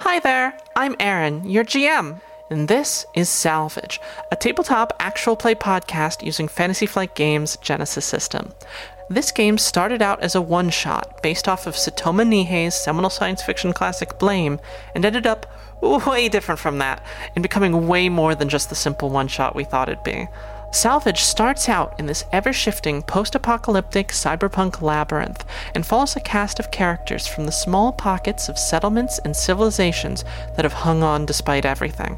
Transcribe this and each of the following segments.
Hi there, I'm Aaron, your GM, and this is Salvage, a tabletop actual play podcast using Fantasy Flight Games' Genesis system. This game started out as a one shot based off of Satoma Nihei's seminal science fiction classic Blame and ended up way different from that and becoming way more than just the simple one shot we thought it'd be. Salvage starts out in this ever shifting post apocalyptic cyberpunk labyrinth and follows a cast of characters from the small pockets of settlements and civilizations that have hung on despite everything.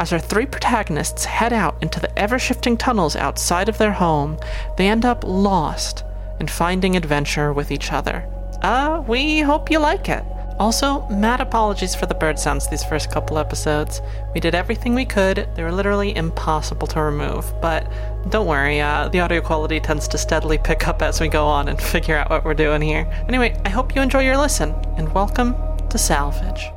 As our three protagonists head out into the ever shifting tunnels outside of their home, they end up lost and finding adventure with each other. Uh, we hope you like it. Also, mad apologies for the bird sounds these first couple episodes. We did everything we could, they were literally impossible to remove, but don't worry, uh, the audio quality tends to steadily pick up as we go on and figure out what we're doing here. Anyway, I hope you enjoy your listen, and welcome to Salvage.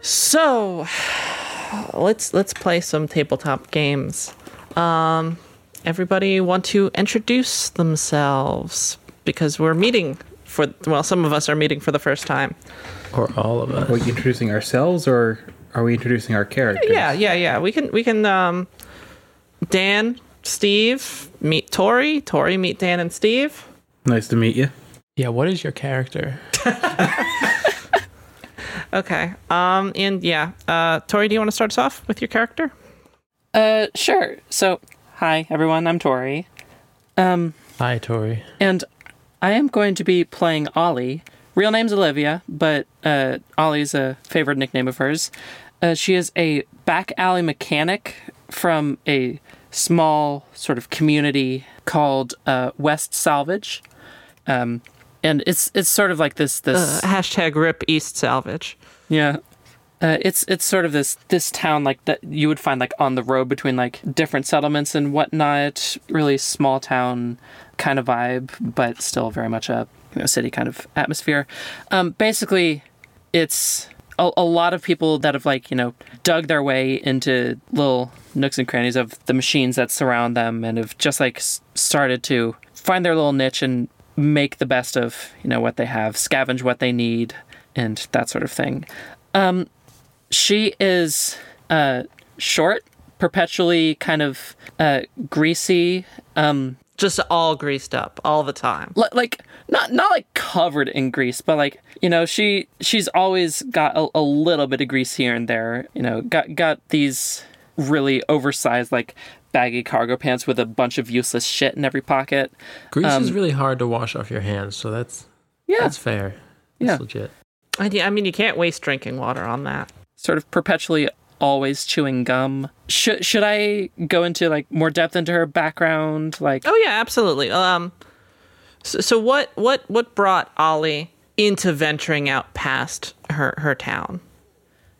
So, let's let's play some tabletop games. Um, everybody want to introduce themselves because we're meeting for well, some of us are meeting for the first time. Or all of Are us. we introducing ourselves or are we introducing our characters? Yeah, yeah, yeah. We can we can um, Dan, Steve, meet Tori. Tori, meet Dan and Steve. Nice to meet you. Yeah, what is your character? Okay. Um, and yeah, uh, Tori, do you want to start us off with your character? Uh, sure. So, hi everyone, I'm Tori, Hi, Tori. and I am going to be playing Ollie. Real name's Olivia, but uh, Ollie's a favorite nickname of hers. Uh, she is a back alley mechanic from a small sort of community called uh, West Salvage, um, and it's it's sort of like this this Uh, hashtag Rip East Salvage. Yeah. Uh, it's it's sort of this this town like that you would find like on the road between like different settlements and whatnot. Really small town kind of vibe, but still very much a you know, city kind of atmosphere. Um, basically, it's a, a lot of people that have like you know dug their way into little nooks and crannies of the machines that surround them and have just like s- started to find their little niche and make the best of you know what they have, scavenge what they need, and that sort of thing she is uh, short, perpetually kind of uh, greasy, um, Just all greased up all the time. li- like not not like covered in grease, but like you know she she's always got a, a little bit of grease here and there. You know, got got these really oversized like baggy cargo pants with a bunch of useless shit in every pocket. Grease Um, is really hard to wash off your hands, so that's Yeah, that's fair. That's Yeah. legit. I I mean, you can't waste drinking water on that. sort of perpetually always chewing gum. Should should I go into like more depth into her background? Like Oh yeah, absolutely. Um, so, so what what what brought Ollie into venturing out past her her town?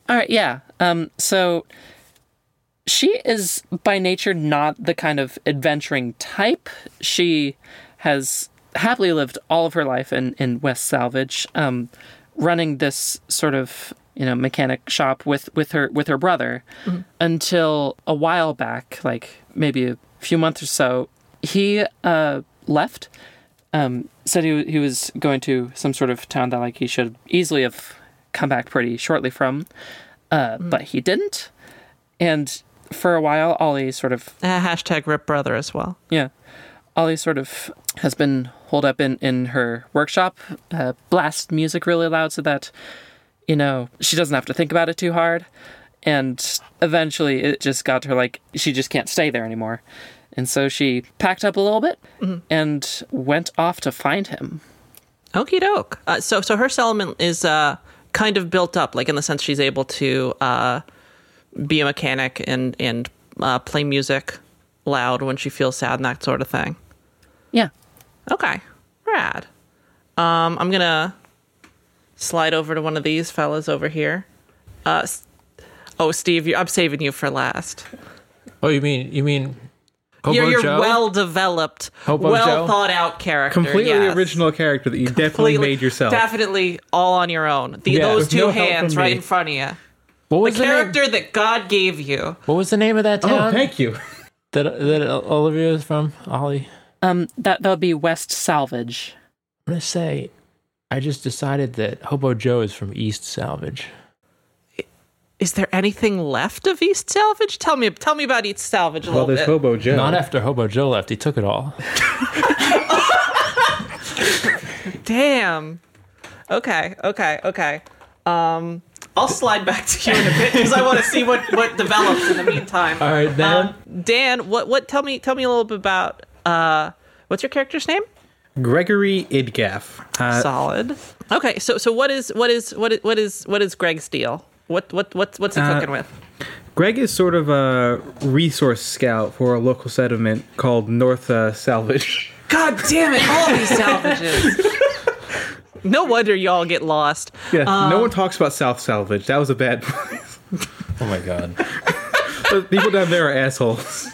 All right, yeah. Um, so she is by nature not the kind of adventuring type. She has happily lived all of her life in in West Salvage, um, running this sort of you know mechanic shop with with her with her brother until a while back, like maybe a few months or so. He uh, left. Um, said he he was going to some sort of town that like he should easily have come back pretty shortly from, uh, but he didn't. And for a while, Ollie sort of Uh, hashtag Rip Brother as well. yeah, Ollie sort of has been holed up in in her workshop, uh, blast music really loud so that you know she doesn't have to think about it too hard. And eventually, it just got to her like she just can't stay there anymore, And so she packed up a little bit and went off to find him. Okie doke. Uh, so, so her settlement is uh, kind of built up, like in the sense she's able to uh, be a mechanic and and uh, play music loud when she feels sad and that sort of thing. Yeah. Okay, rad. Um, I'm gonna slide over to one of these fellas over here. Uh, S- oh, Steve, you, I'm saving you for last. Oh, you mean you mean Hobo You're, you're Joe? well developed, Hobo well Joe? thought out character. Completely yes. original character that you definitely Completely- made yourself. Definitely all on your own. The, Yeah, those with two no help hands from right me. in front of you. what The was the, name? character that God gave you. What was the name of that oh, town thank you. that that Olivia is from? Ollie, Um, that that'll be West Salvage. I'm gonna say, I just decided that Hobo Joe is from East Salvage. Is there anything left of East Salvage? Tell me, tell me about East Salvage a Well, little bit. there's Hobo Joe. Not after Hobo Joe left, he took it all. Damn. Okay. Okay. Okay. Um, I'll slide back to you in a bit because I want to see what what develops in the meantime. All Uh, right, then. Um, Dan, what what? Tell me, tell me a little bit about uh, what's your character's name? Gregory Idgaff. Uh, Solid. Okay. So so what is what is what is what is what is Greg's deal? What what what's what's he Uh, cooking with? Greg is sort of a resource scout for a local settlement called North uh, Salvage. God damn it! All these salvages. no wonder y'all get lost. Yeah, no Um, one talks about South Salvage. That was a bad. oh my god. the people down there are assholes.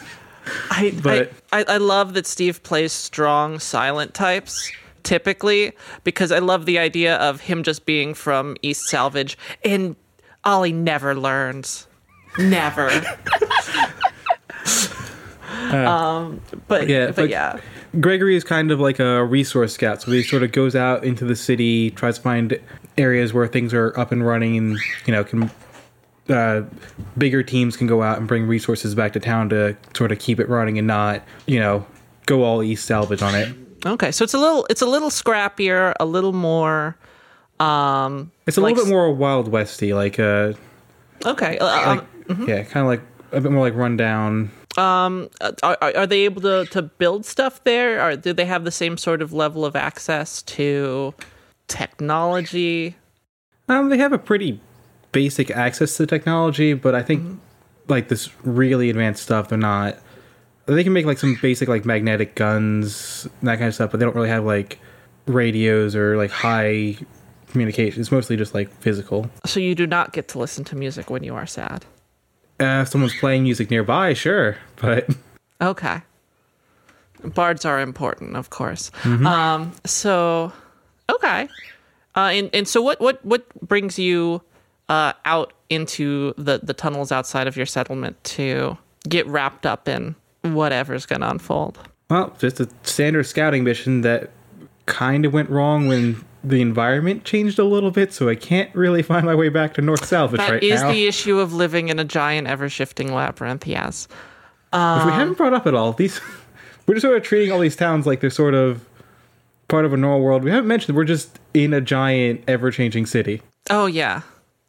I, But- I, I, I love that Steve plays strong silent types typically because I love the idea of him just being from East Salvage and Ollie never learns. Never. Uh, um, but, yeah, but but- yeah. Gregory is kind of like a resource scout, so he sort of goes out into the city, tries to find areas where things are up and running, and you know can uh, bigger teams can go out and bring resources back to town to sort of keep it running and not you know go all east salvage on it. Okay, so it's a little it's a little scrappier, a little more um It's a Like little s- bit more wild westy, like uh, okay. uh, um, yeah, kind of like a bit more like rundown. are, uh, are are they able to, to build stuff there or do they have the same sort of level of access to technology Um, they have a pretty basic access to technology, but I think like this really advanced stuff, they're not. They can make like some basic like magnetic guns, and that kind of stuff, but they don't really have like radios or like high communication. It's mostly just like physical. so you do not get to listen to music when you are sad Uh, if someone's playing music nearby, sure, but okay bards are important of course Mm-hmm. um so okay uh and, and so what what what brings you uh out into the the tunnels outside of your settlement to get wrapped up in whatever's gonna unfold well, just a standard scouting mission that kind of went wrong when the environment changed a little bit, so I can't really find my way back to North Salvage That right is now. the issue of living in a giant, ever shifting labyrinth. Yes. Which we haven't brought up at all. These we're just sort of treating all these towns like they're sort of part of a normal world. We haven't mentioned we're just in a giant, ever-changing city. Oh, yeah.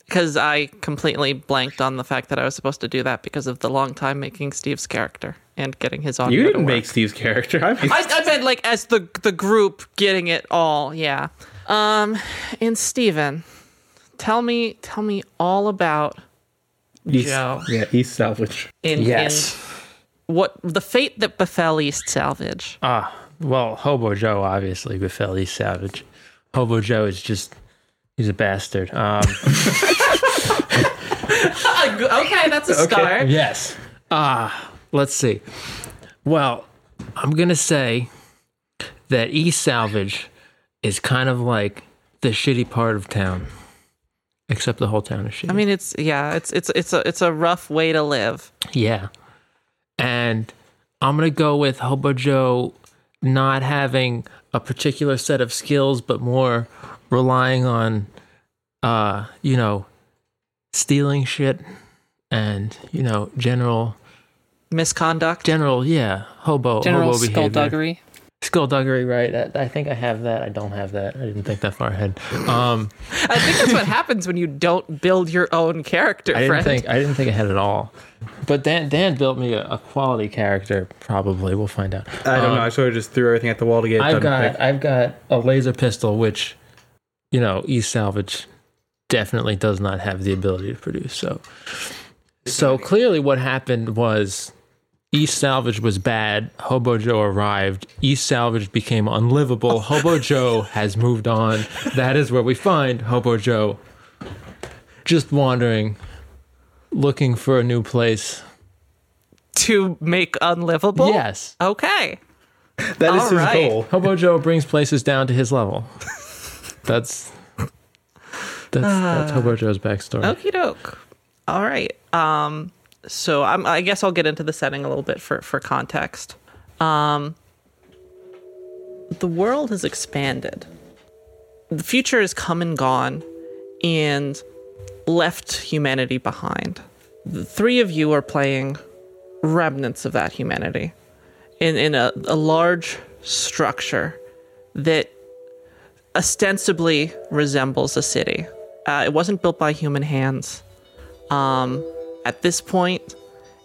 Because I completely blanked on the fact that I was supposed to do that because of the long time making Steve's character and getting his audio. You to didn't work. make Steve's character. I mean, I, I meant like as the the group getting it all. Yeah. Um. And Steven, tell me, tell me all about East, Joe. yeah, East Salvage. in, Yes. in what the fate that befell East Salvage. Ah, well, Hobo Joe obviously befell East Savage. Hobo Joe is just. He's a bastard. Um, okay, that's a start. yes. Ah, let's see. Well, I'm going to say that East Salvage is kind of like the shitty part of town, except the whole town is shitty. I mean, it's yeah, it's it's it's a it's a rough way to live. Yeah. And I'm going to go with Hobo Joe not having a particular set of skills, but more relying on, uh, you know, stealing shit and, you know, general, Misconduct. general, yeah, hobo, General hobo behavior. Skullduggery. Skullduggery, right? I, I think I have that. I don't have that. I didn't think that far ahead. Um, I think that's what happens when you don't build your own character, I didn't friend. think I didn't think I had it all. But Dan Dan built me a, a quality character. Probably we'll find out. I don't know. I sort of just threw everything at the wall to get it I've done got quick. I've got a laser pistol, which you know East Salvage definitely does not have the ability to produce. So, so clearly, what happened was East Salvage was bad. Hobo Joe arrived. East Salvage became unlivable. Hobo Joe has moved on. That is where we find Hobo Joe, just wandering, looking for a new place. to make unlivable. Yes. Okay. That is his Alright. goal. Hobo Joe brings places down to his level. That's that's, that's Hobo Joe's backstory. Okie doke. All right. Um, so I'm, I guess I'll get into the setting a little bit for, for context. Um, the world has expanded. The future is come and gone and left humanity behind. The three of you are playing remnants of that humanity in, in a, a large structure that ostensibly resembles a city. Uh, it wasn't built by human hands. Um, at this point,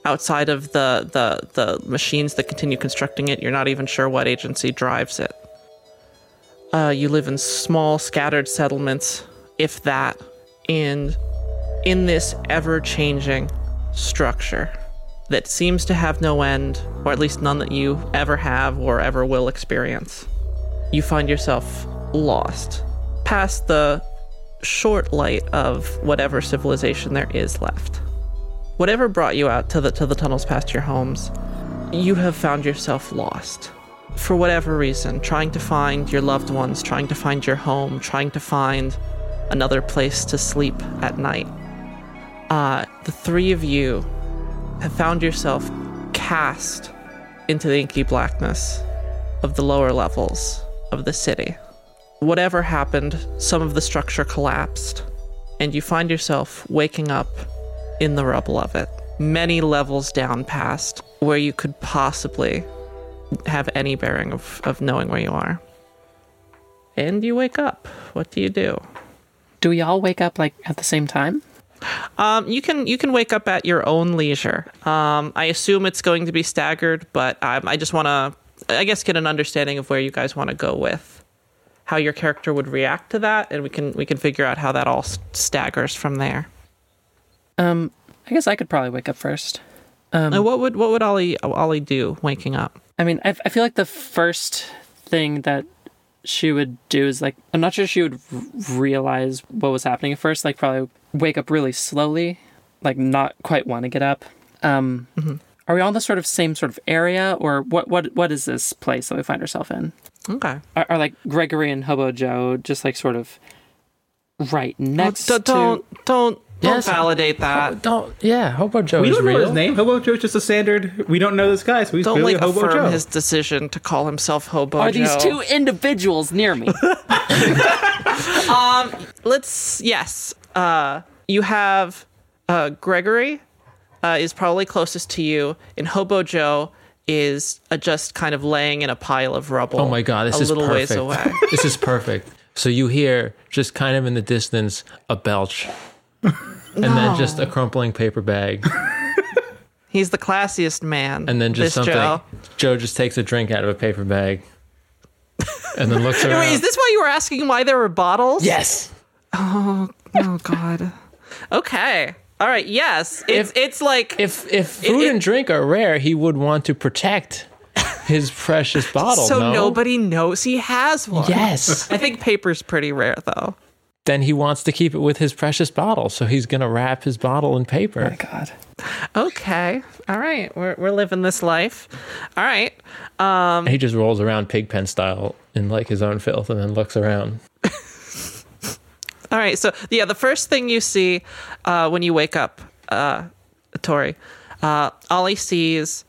outside of the, the, the machines that continue constructing it, you're not even sure what agency drives it. Uh, you live in small, scattered settlements, if that, and in this ever changing structure that seems to have no end, or at least none that you ever have or ever will experience you find yourself lost past the short light of whatever civilization there is left. Whatever brought you out to the to the tunnels past your homes, you have found yourself lost. For whatever reason, trying to find your loved ones, trying to find your home, trying to find another place to sleep at night. Uh, the three of you have found yourself cast into the inky blackness of the lower levels of the city. Whatever happened, some of the structure collapsed, and you find yourself waking up in the rubble of it, many levels down past where you could possibly have any bearing of, of knowing where you are. And you wake up. What do you do? Do we all wake up like at the same time? Um, you can you can wake up at your own leisure. Um, I assume it's going to be staggered, but um, I just want to, I guess, get an understanding of where you guys want to go with how your character would react to that, and we can we can figure out how that all s- staggers from there. Um, I guess I could probably wake up first. Um, Now, what would what would Ollie Ollie do waking up? I mean, I, I feel like the first thing that she would do is like, I'm not sure she would r- realize what was happening at first. Like, probably wake up really slowly, like, not quite want to get up. Um, Mm-hmm. Are we all in the sort of same sort of area, or what? What what is this place that we find ourselves in? Okay, Are, are like Gregory and Hobo Joe just like sort of right next D- to? don't don't don't Yes. validate that. Don't yeah, Hobo Joe We is don't know real. his name. Hobo Joe's just a standard. We don't know this guy, so he's Don't clearly like Hobo affirm Joe. his decision to call himself Hobo. Are these Joe. two individuals near me? let's yes uh you have uh gregory uh is probably closest to you and hobo joe is uh, just kind of laying in a pile of rubble Oh my god, this a is little perfect. ways away this is perfect. So you hear just kind of in the distance a belch. And then just a crumpling paper bag. he's the classiest man And then this just something joe Joe just takes a drink out of a paper bag. And then looks around. Wait, is this why you were asking why there were bottles yes. oh god okay all right yes it's it's like If if food it- and drink are rare, he would want to protect his precious bottle. so no? nobody knows he has one Yes. i think paper's pretty rare though then he wants to keep it with his precious bottle. So he's going to wrap his bottle in paper. God. okay all right we're, we're living this life all right um, he just rolls around pigpen style in like his own filth and then looks around. All right. So yeah, the first thing you see uh, when you wake up, uh, Tori, uh, Ollie sees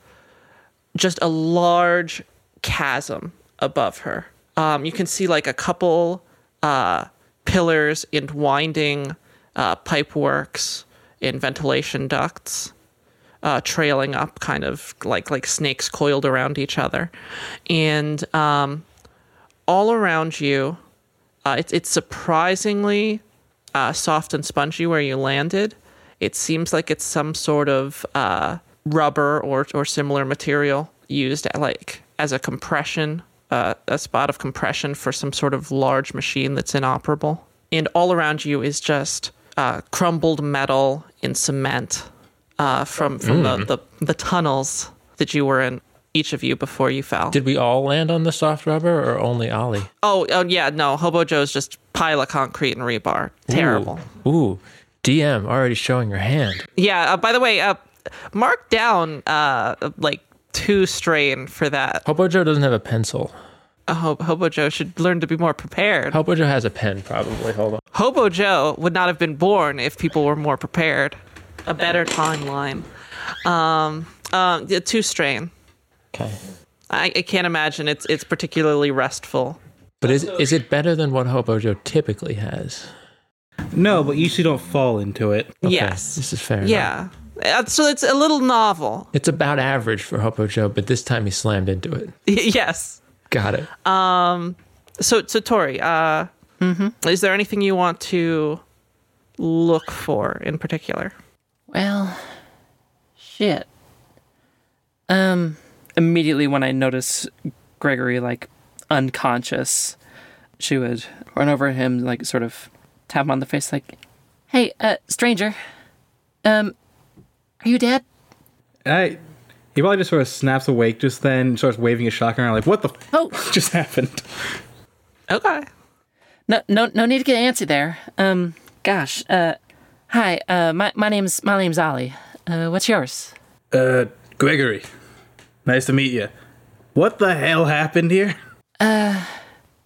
just a large chasm above her. Um, you can see like a couple uh, pillars and winding uh, pipe works and ventilation ducts. uh, trailing up, kind of like like snakes coiled around each other, and um, all around you, uh, it's it's surprisingly uh, soft and spongy where you landed. It seems like it's some sort of uh, rubber or or similar material used like as a compression, uh, a spot of compression for some sort of large machine that's inoperable. And all around you is just uh, crumbled metal and cement uh, from from the, the the tunnels that you were in. Each of you before you fell. Did we all land on the soft rubber or only Ollie? Oh, oh yeah, no. Hobo Joe's just pile of concrete and rebar. Terrible. Ooh, Ooh. DM already showing your hand. Yeah. Uh, by the way, uh, mark down uh, like two strain for that. Hobo Joe doesn't have a pencil. Uh, Ho- Hobo Joe should learn to be more prepared. Hobo Joe has a pen, probably. Hold on. Hobo Joe would not have been born if people were more prepared. A better timeline. Um, um, yeah, two strain. Okay. I, I can't imagine it's it's particularly restful. But is is it better than what Hobo Joe typically has? No, but you usually don't fall into it. Okay, Yes. This is fair. enough. yeah. Uh, So it's a little novel. It's about average for Hopo Joe, but this time he slammed into it. yes. Got it. So, so Tori, uh, is there anything you want to look for in particular? Well, shit. Um, immediately when I notice Gregory like unconscious, she would run over to him, like sort of tap him on the face, like, "Hey, uh, stranger, um, are you dead?" I, he probably just sort of snaps awake just then and starts waving his shotgun around like, what the f- Oh, just happened? Okay. no, no, no need to get antsy there. Um, gosh, uh, hi, uh, my my name's my name's Ollie. Uh, what's yours? Uh, Gregory, nice to meet you. What the hell happened here?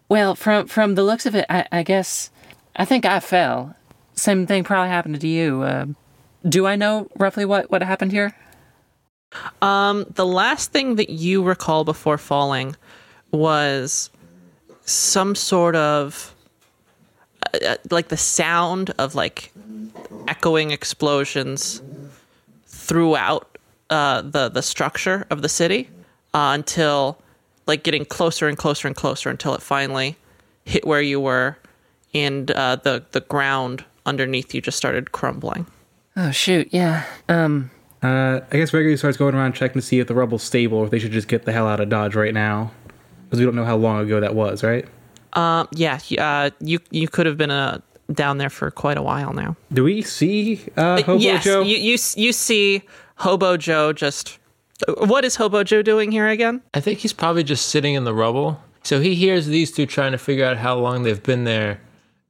Well, from from the looks of it, I, I guess I think I fell. Same thing probably happened to you. Um do I know roughly what what happened here? Um, the last thing that you recall before falling was some sort of uh, uh, like the sound of like echoing explosions throughout uh, the the structure of the city uh, until like getting closer and closer and closer until it finally hit where you were and uh, the the ground underneath you just started crumbling. Oh shoot, yeah. Um, Uh, I guess Gregory starts going around checking to see if the rubble's stable or if they should just get the hell out of Dodge right now. Because we don't know how long ago that was, right? Um, yeah, y- uh, you you could have been uh, down there for quite a while now. Do we see uh, Hobo yes, Joe? You, you s- you see Hobo Joe just. What is Hobo Joe doing here again? I think he's probably just sitting in the rubble. So he hears these two trying to figure out how long they've been there,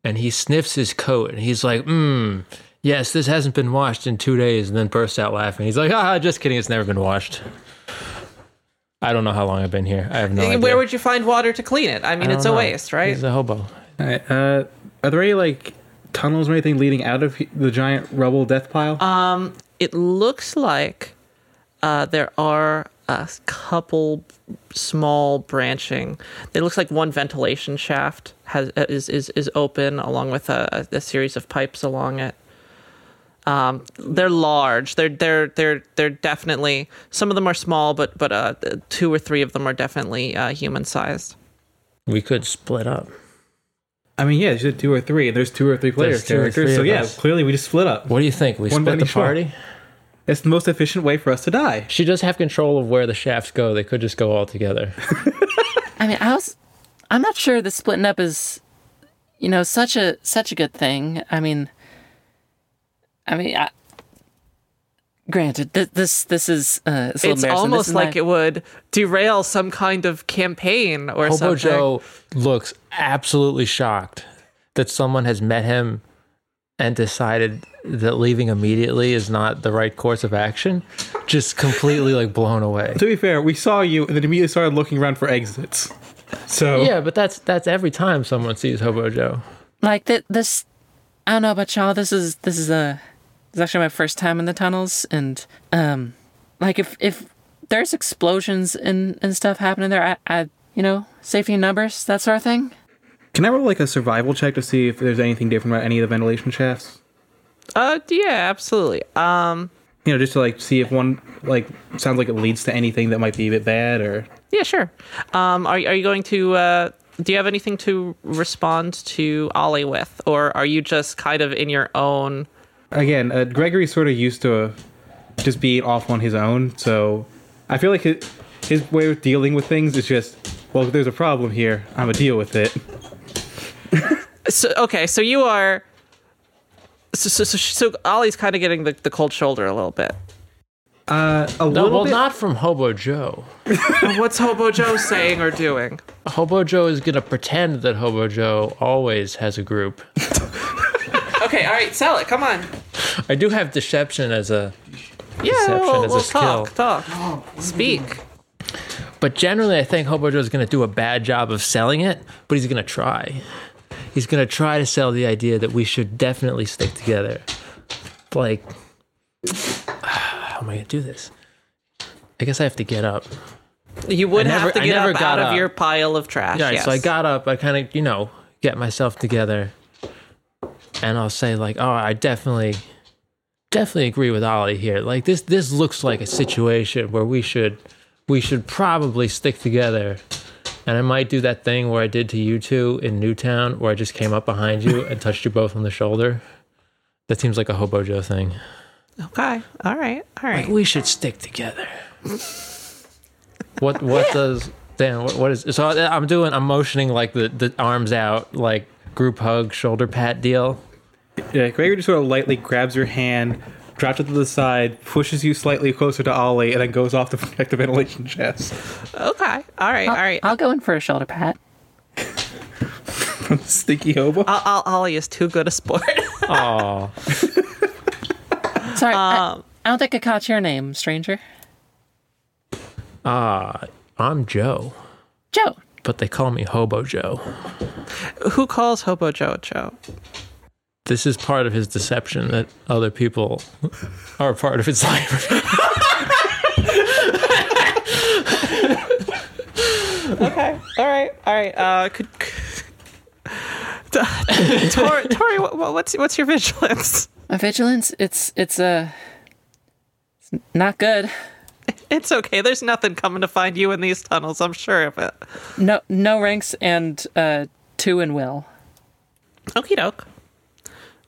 and he sniffs his coat and he's like, hmm, yes, this hasn't been washed in two days, and then bursts out laughing. He's like, ah, just kidding, it's never been washed. I don't know how long I've been here. I have no idea. Eh, Where would you find water to clean it? I mean, it's a waste, right? He's a hobo. Alright, uh, are there any like tunnels or anything leading out of he- the giant rubble death pile? it looks like uh, there are a couple small branching. It looks like one ventilation shaft has uh, is is, is open along with a, a series of pipes along it. Um, they're large. They're they're they're they're definitely some of them are small, but but uh, two or three of them are definitely uh, human sized. We could split up. I mean, yeah, you said two or three. and There's two or three players two or characters. three so of yeah, us. clearly we just split up. What do you think? We One split body the short. party? It's the most efficient way for us to die. She does have control of where the shafts go. They could just go all together. I mean, I was, I'm not sure the splitting up is, you know, such a such a good thing. I mean, I mean, I, granted, th- this this is uh, it's, a little It's embarrassing. This almost is like my- it would derail some kind of campaign or Hobo something. Joe looks absolutely shocked that someone has met him and decided that leaving immediately is not the right course of action. Just completely like blown away. To be fair, we saw you and then immediately started looking around for exits. So Yeah, but that's that's every time someone sees Hobo Joe. like th- this i don't know about y'all this is this is a it's actually my first time in the tunnels and um like if if there's explosions and and stuff happening there i i you know safety in numbers that sort of thing can I roll like a survival check to see if there's anything different about any of the ventilation shafts? Uh, yeah, absolutely. Um, you know, just to like see if one like sounds like it leads to anything that might be a bit bad or Yeah, sure. Um, are, are you going to? Uh, do you have anything to respond to Ollie with, or are you just kind of in your own? again, uh, Gregory's sort of used to uh, just being off on his own, so I feel like his, his way of dealing with things is just, well, there's a problem here. I'm gonna deal with it. So okay, so you are. So so, so, so Ollie's kind of getting the, the cold shoulder a little bit. Uh, a No, little well, bit. not from Hobo Joe. Uh, What's Hobo Joe saying or doing? Hobo Joe is gonna pretend that Hobo Joe always has a group. Okay, all right, sell it. Come on. I do have deception as a, Yeah, Deception we'll, is a we'll talk, skill. talk, speak. but generally I think Hobo Joe's gonna do a bad job of selling it, but he's gonna try. He's gonna try to sell the idea that we should definitely stick together. Like, how am I gonna do this? I guess I have to get up. You would I never- have to I get never up out got up. of your pile of trash. Yeah, yes. so I got up. I kind of, you know, get myself together, and I'll say like, "Oh, I definitely, definitely agree with Ollie here. Like this, this looks like a situation where we should, we should probably stick together." And I might do that thing where I did to you two in Newtown, where I just came up behind you and touched you both on the shoulder. That seems like a hobo Joe thing. Okay. All right. All right. We should stick together. what what does Dan? What, what is so? I- I'm doing. I'm motioning like the the arms out, like group hug, shoulder pat deal. Yeah, Gregory just sort of lightly grabs your hand, drops it to the side, pushes you slightly closer to Ollie, and then goes off to protect the ventilation chest. Okay. All right. All right. I'll go in for a shoulder pat. Stinky hobo. O- O- Ollie is too good a sport. Oh, Sorry, Um. I, I don't think I caught your name, stranger. I'm Joe, Joe. but they call me Hobo Joe. Who calls Hobo Joe Joe? This is part of his deception that other people are a part of his life. Okay. All right. All right. Uh, could. T- Tor, Tori, what, what's what's your vigilance? My vigilance, it's it's uh it's not good. It's okay. There's nothing coming to find you in these tunnels. I'm sure of it. No no ranks and uh two and will. Okie doke.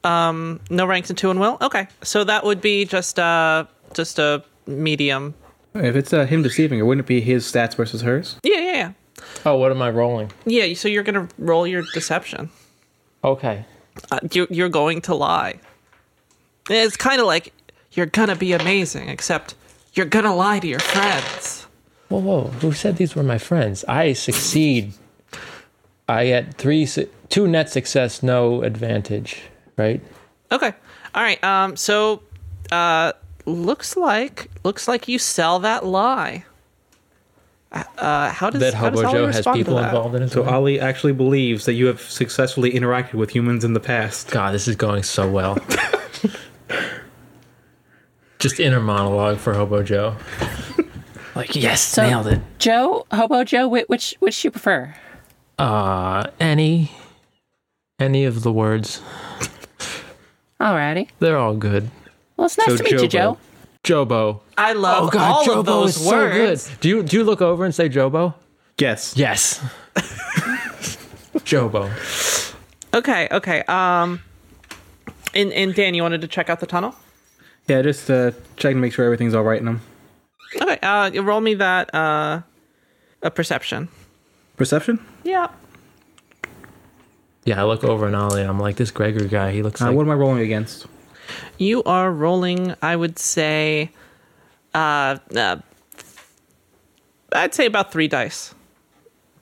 Um, no ranks and two and will. Okay, so that would be just uh, just a medium. If it's uh, him deceiving her, wouldn't it be his stats versus hers? Yeah, yeah, oh, what am I rolling? yeah. Yeah. So you're gonna roll your deception. Okay. Uh, you're, you're going to lie. It's kind of like you're gonna be amazing, except you're gonna lie to your friends. Whoa, whoa! Who said these were my friends? I succeed. I get three, su- two net success, no advantage. Right. Okay. All right. Um. So, uh, looks like looks like you sell that lie. Uh, how does that how does Hobo Ollie Joe has respond to people that? involved in it. So Ollie actually believes that you have successfully interacted with humans in the past. God, this is going so well. Just inner monologue for Hobo Joe. like, yes, So- nailed it. Joe, Hobo Joe, whi- which which you prefer? Uh, any, any of the words, Alrighty. they're all good. Well it's nice So to meet you, Joe. Jobo. Jobo. I love Oh God, all Jobo of those is words. so good. Do you do you look over and say Jobo? Yes. Yes. Jobo. Okay. Okay. Um. And and Dan, you wanted to check out the tunnel. Yeah, just uh, checking to make sure everything's all right in them. Okay. Uh, you roll me that uh, a perception. Perception? Yeah. Yeah, I look over and Ollie, and I'm like, this Gregory guy. He looks Uh, like what am I rolling against? You are rolling. I would say. Uh, uh. I'd say about three dice,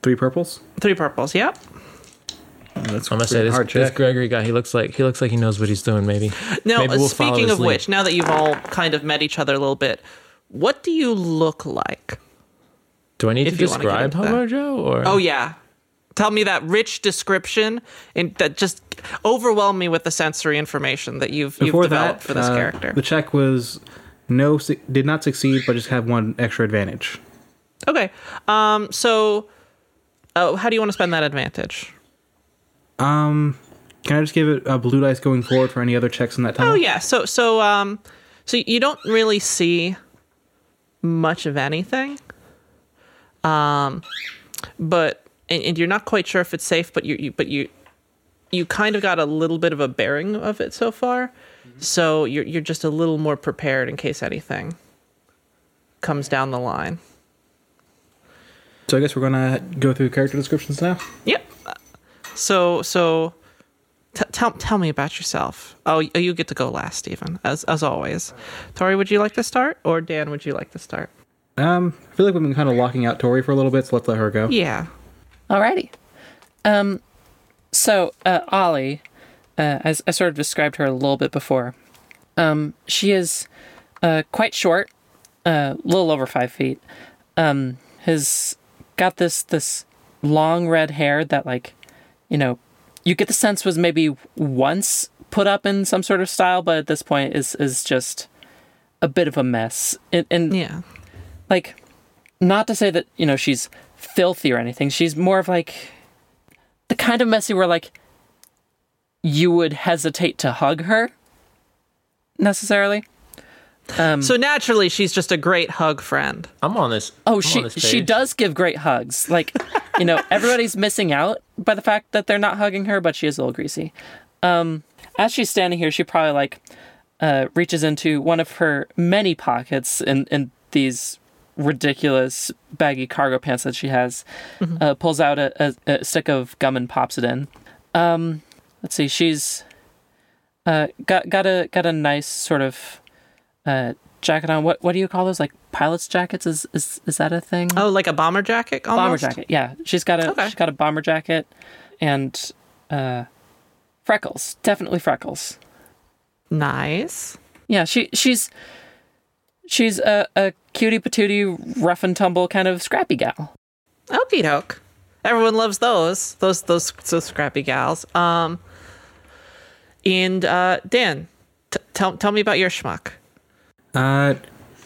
Three purples? three purples. Yep. That's I'm gonna say this, hard this check. Gregory guy. He looks like he looks like he knows what he's doing. Maybe. Now, Maybe uh, we'll follow speaking his of lead. which, now that you've all kind of met each other a little bit, what do you look like? do I need if to you wanna get describe into that. Hobo Joe? Or Oh yeah, tell me that rich description and that just overwhelm me with the sensory information that you've you've Before developed that, for this uh, character. the check was no, su- did not succeed, but just have one extra advantage. Okay, um, so uh, how do you want to spend that advantage? Um, can I just give it a blue dice going forward for any other checks in that tunnel? Oh yeah, Oh, so so um, So you don't really see much of anything. Um, but and, and you're not quite sure if it's safe, but you, you but you you kind of got a little bit of a bearing of it so far. So you're you're just a little more prepared in case anything comes down the line. So I guess we're gonna go through character descriptions now. Yep. So so t- tell tell me about yourself. Oh, y- you get to go last, Stephen, as as always. Tori, would you like to start, or Dan, would you like to start? Um, I feel like we've been kind of locking out Tori for a little bit, so let's let her go. Yeah. Alrighty. Um, so uh, Ollie, uh, as I sort of described her a little bit before, um, she is uh, quite short, a little over five feet. Um, has got this this long red hair that, like, you know, you get the sense was maybe once put up in some sort of style, but at this point is is just a bit of a mess. And, and Yeah. like not to say that you know she's filthy or anything she's more of like the kind of messy where like you would hesitate to hug her necessarily So naturally, she's just a great hug friend. I'm on this. oh I'm on she this she page. does give great hugs like you know everybody's missing out by the fact that they're not hugging her but she is a little greasy um as she's standing here she probably like uh reaches into one of her many pockets in in these ridiculous baggy cargo pants that she has Mm-hmm. uh, pulls out a, a, a stick of gum and pops it in um let's see she's uh got got a got a nice sort of uh jacket on what what do you call those like pilot's jackets is is is that a thing Oh, like a bomber jacket. Almost? bomber jacket. Yeah, she's got a Okay. she's got a bomber jacket, and uh, freckles. Definitely freckles. Nice. Yeah, she she's she's a, a cutie patootie, rough and tumble kind of scrappy gal. Okie doke. Everyone loves those. Those those those scrappy gals. Um. And uh, Dan, t- tell tell me about your schmuck. Uh,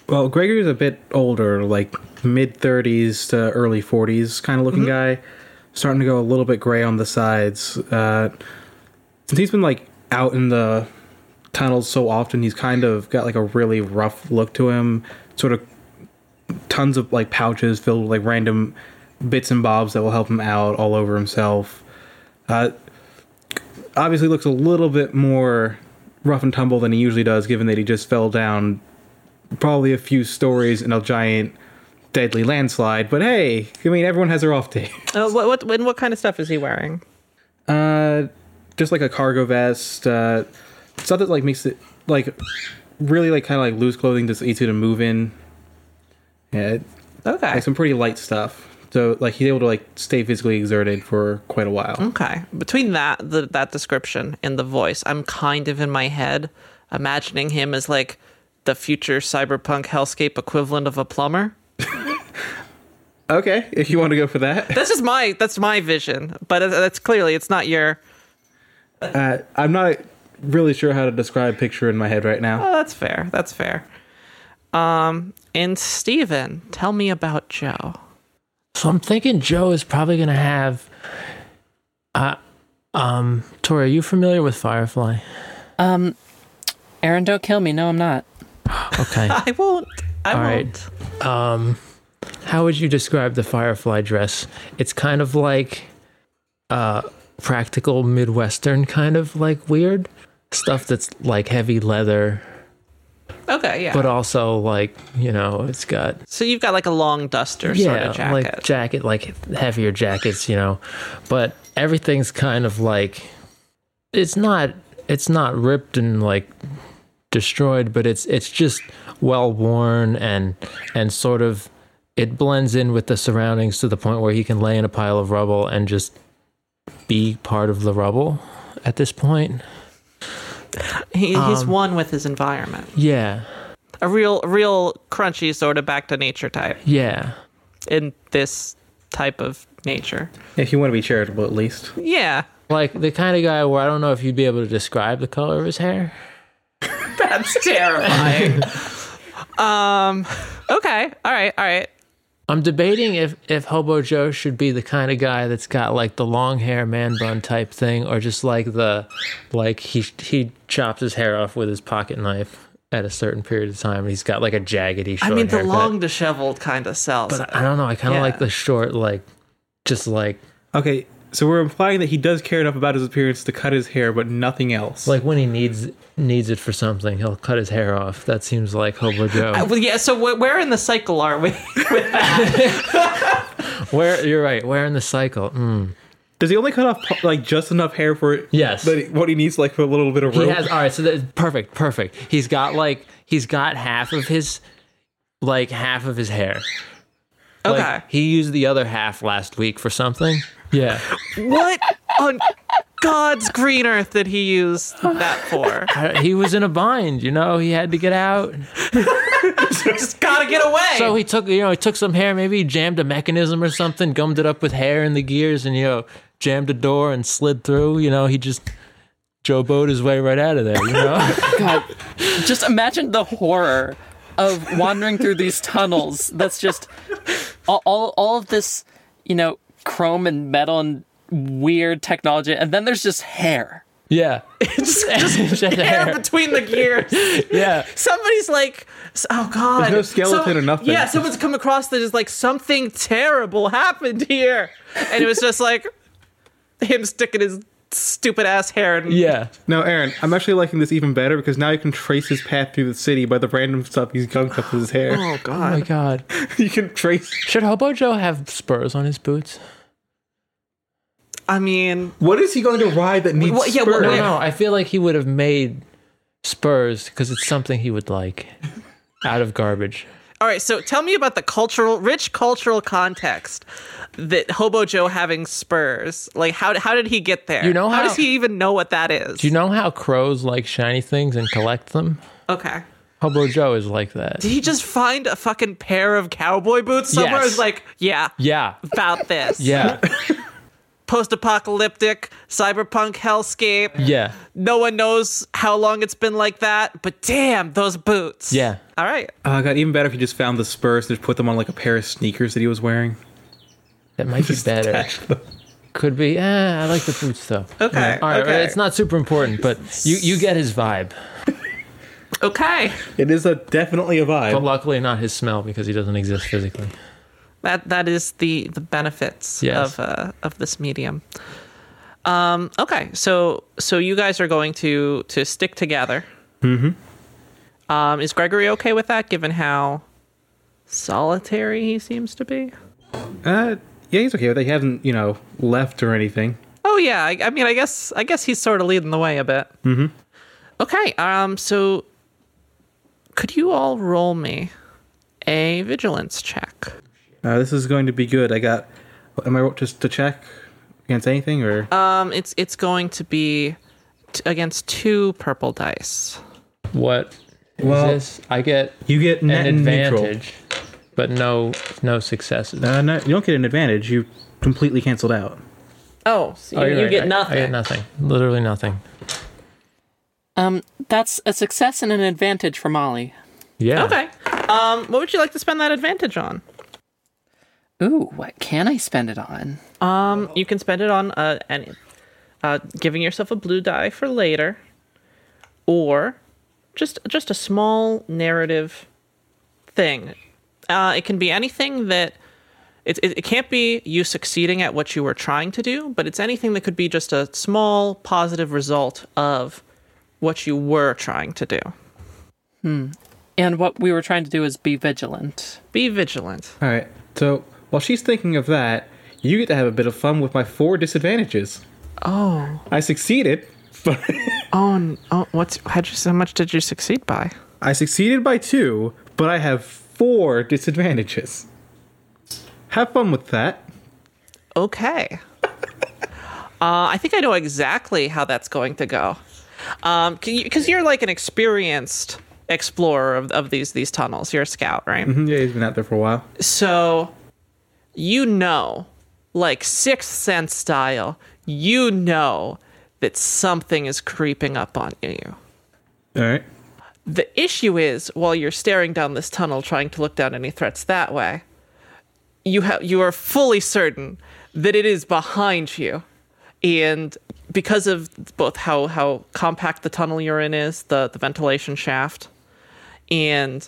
well, Gregory's a bit older, like mid 30s to early 40s kind of looking guy, starting to go a little bit gray on the sides. Uh, since he's been like out in the tunnels so often, he's kind of got like a really rough look to him. Sort of tons of like pouches filled with like random bits and bobs that will help him out all over himself. Uh, obviously looks a little bit more rough and tumble than he usually does, given that he just fell down probably a few stories in a giant deadly landslide. But hey, I mean, everyone has their off day. Uh, what what and what kind of stuff is he wearing? Uh, just like a cargo vest, uh, stuff that like makes it like really like kind of like loose clothing that's easy to move in. Yeah, it- Okay. like some pretty light stuff. So like he's able to like stay physically exerted for quite a while. Okay. Between that the, that description and the voice, I'm kind of in my head imagining him as like the future cyberpunk hellscape equivalent of a plumber. Okay, if you want to go for that, This is my that's my vision, but it- that's clearly it's not your. Uh, I'm not really sure how to describe picture in my head right now. Oh, that's fair. That's fair. Um, and Steven, tell me about Joe. So I'm thinking Joe is probably gonna have. Uh, um, Tori, are you familiar with Firefly? Um, Aaron, don't kill me. No, I'm not. Okay. I won't. I All right. won't. um, how would you describe the Firefly dress? It's kind of like, uh, practical Midwestern kind of like weird stuff that's like heavy leather, Okay. Yeah. but uh, also like you know it's got so you've got like a long duster sort of jacket. like jacket, like heavier jackets, you know. But everything's kind of like it's not it's not ripped and like destroyed, but it's it's just well worn and and sort of it blends in with the surroundings to the point where he can lay in a pile of rubble and just be part of the rubble at this point. he, um, he's one with his environment. Yeah. A real, real crunchy sort of back to nature type. Yeah. in this type of nature. If you want to be charitable, at least. Yeah, Like the kind of guy where I don't know if you'd be able to describe the color of his hair. that's terrifying. um, okay, all right, all right. I'm debating if if Hobo Joe should be the kind of guy that's got like the long hair man bun type thing, or just like the like he he chops his hair off with his pocket knife at a certain period of time. He's got like a jaggedy. I Short mean, the haircut. long disheveled kind of sells. But I don't know. I kind of Yeah. like the short, like just like Okay, so we're implying that he does care enough about his appearance to cut his hair, but nothing else. like when he needs needs it for something, he'll cut his hair off. That seems like Hobo Joe. well, yeah. So wh- where in the cycle are we? Where you're right. Where in the cycle? Mm. does he only cut off pa- like just enough hair for it? Yes. That he- what he needs, like for a little bit of He rope. has uh, all right. So that, perfect, perfect. He's got like he's got half of his like half of his hair. Like, Okay. he used the other half last week for something. Yeah. what on God's green earth did he use that for? I- he was in a bind, you know. He had to get out, Just gotta get away. so he took, you know, he took some hair. Maybe he jammed a mechanism or something, gummed it up with hair in the gears, and you know, jammed a door and slid through. You know, he just Joe Boat his way right out of there. You know, God, just imagine the horror of wandering through these tunnels. That's just all, all, all of this, you know, chrome and metal and weird technology, and then there's just hair. yeah, just, just Just hair hair. between the gears. yeah. Somebody's like, s- oh god, There's no skeleton Some- or nothing. Yeah, someone's come across that is like something terrible happened here, and it was just like him sticking his stupid ass hair. And Yeah, No, Aaron, I'm actually liking this even better because now you can trace his path through the city by the random stuff he's gunked up with his hair. oh oh my god, God! you can trace. Should Hobo Joe have spurs on his boots? I mean, What is he going to ride that needs Well, yeah, well, spurs? No, Where- no. I feel like he would have made spurs because it's something he would like out of garbage. all right. So tell me about the cultural, rich cultural context that Hobo Joe having spurs. Like, how how did he get there? You know how how- does he even know what that is? Do you know how crows like shiny things and collect them? Okay. Hobo Joe is like that. Did he just find a fucking pair of cowboy boots somewhere? Yes. It's like, yeah, Yeah. about this. Yeah. Post-apocalyptic cyberpunk hellscape. Yeah. No one knows how long it's been like that, but damn, those boots. Yeah. All right. Oh, God, even better if he just found the spurs and just put them on like a pair of sneakers that he was wearing. That might be better. Could be. Eh, I like the boots though. Okay. All right, okay. It's not super important, but you, you get his vibe. Okay. It is a definitely a But vibe. luckily not his smell because he doesn't exist physically. That that is the the benefits Yes. of uh, of this medium. Um. Okay. So so you guys are going to to stick together. Mm-hmm. Hmm. Um. Is Gregory okay with that? Given how solitary he seems to be. Uh, yeah, he's okay with it. He hasn't, you know, left or anything. Oh yeah, I, I mean, I guess I guess he's sort of leading the way a bit. Mm-hmm. Okay, um, so could you all roll me a vigilance check? Uh, this is going to be good. I got. Am I just to check against anything or? Um, it's it's going to be t- against two purple dice. What is Well, this? I get you get an net neutral. advantage, but no no successes. Uh, no, you don't get an advantage. You completely canceled out. Oh, so Oh, you're right. I- I get nothing. Literally nothing. Um, that's a success and an advantage for Molly. Yeah. Okay. Um, what would you like to spend that advantage on? Ooh, what can I spend it on? Um, you can spend it on uh, any, uh, giving yourself a blue die for later, or just just a small narrative thing. Uh, it can be anything that it, it it can't be you succeeding at what you were trying to do, but it's anything that could be just a small positive result of what you were trying to do. And what we were trying to do is be vigilant. Be vigilant. All right. So while she's thinking of that, you get to have a bit of fun with my four disadvantages. Oh, I succeeded, but oh, n- oh! What's how'd you, how much did you succeed by? I succeeded by two, but I have four disadvantages. Have fun with that. Okay. uh, I think I know exactly how that's going to go. Um, because you, are like an experienced explorer of, of these these tunnels. You're a scout, right? Mhm, Yeah, he's been out there for a while. So, you know, like sixth sense style, you know that something is creeping up on you. All right. The issue is while you're staring down this tunnel trying to look down any threats that way, you have you are fully certain that it is behind you. And because of both how how compact the tunnel you're in is, the the ventilation shaft, and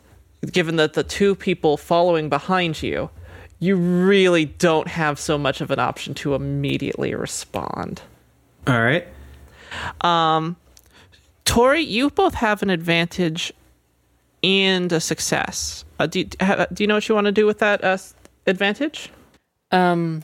given that the two people following behind you, you really don't have so much of an option to immediately respond. All right. Tori, you both have an advantage and a success. Uh, do, ha- do you know what you want to do with that uh, s- advantage? Um,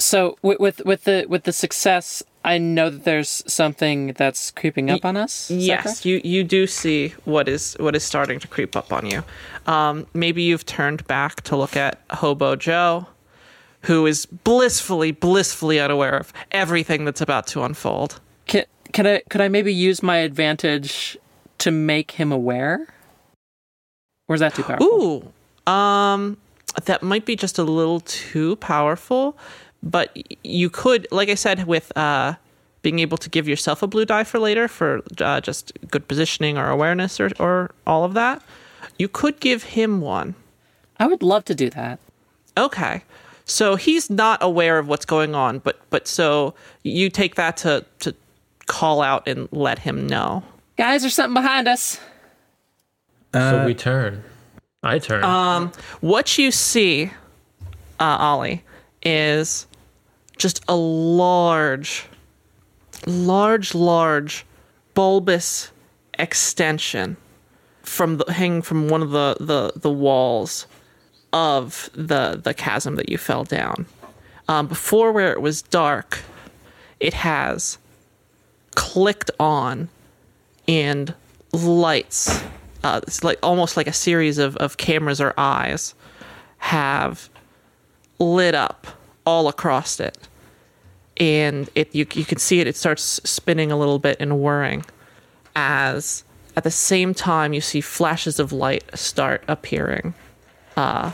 so with, with with the with the success, I know that there's something that's creeping up on us. Is that Yes, correct? you you do see what is what is starting to creep up on you. Um, maybe you've turned back to look at Hobo Joe, who is blissfully, blissfully unaware of everything that's about to unfold. Can, can I could I maybe use my advantage to make him aware? Or is that too powerful? Ooh, um, that might be just a little too powerful, but y- you could, like I said, with uh, being able to give yourself a blue die for later for uh, just good positioning or awareness or, or all of that, you could give him one. I would love to do that. Okay. So he's not aware of what's going on, but but so you take that to to call out and let him know. Guys, there's something behind us. so we turn. Uh, I turn. Uh, What you see, uh, Ollie, is just a large, large, large, bulbous extension from the hanging from one of the the, the walls of the the chasm that you fell down. Um, before where it was dark, it has clicked on and lights. Uh, it's like almost like a series of, of cameras or eyes have lit up all across it, and it you you can see it. It starts spinning a little bit and whirring, as at the same time you see flashes of light start appearing, uh,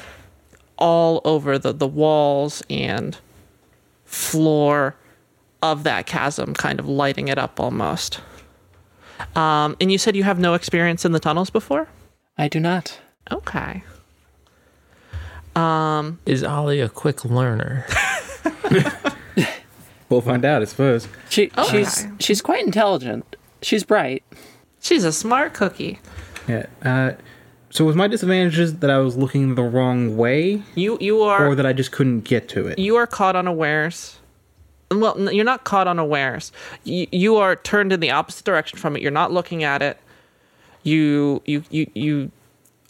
all over the the walls and floor of that chasm, kind of lighting it up almost. Um, and you said you have no experience in the tunnels before? I do not. Okay. Is Ollie a quick learner? We'll find out, I suppose. She she's Okay. she's quite intelligent. She's bright. She's a smart cookie. Yeah. Uh, so was my disadvantages that I was looking the wrong way, You you or are that I just couldn't get to it? you are caught unawares. Well, n- you're not caught unawares. You, you are turned in the opposite direction from it. You're not looking at it. You you you you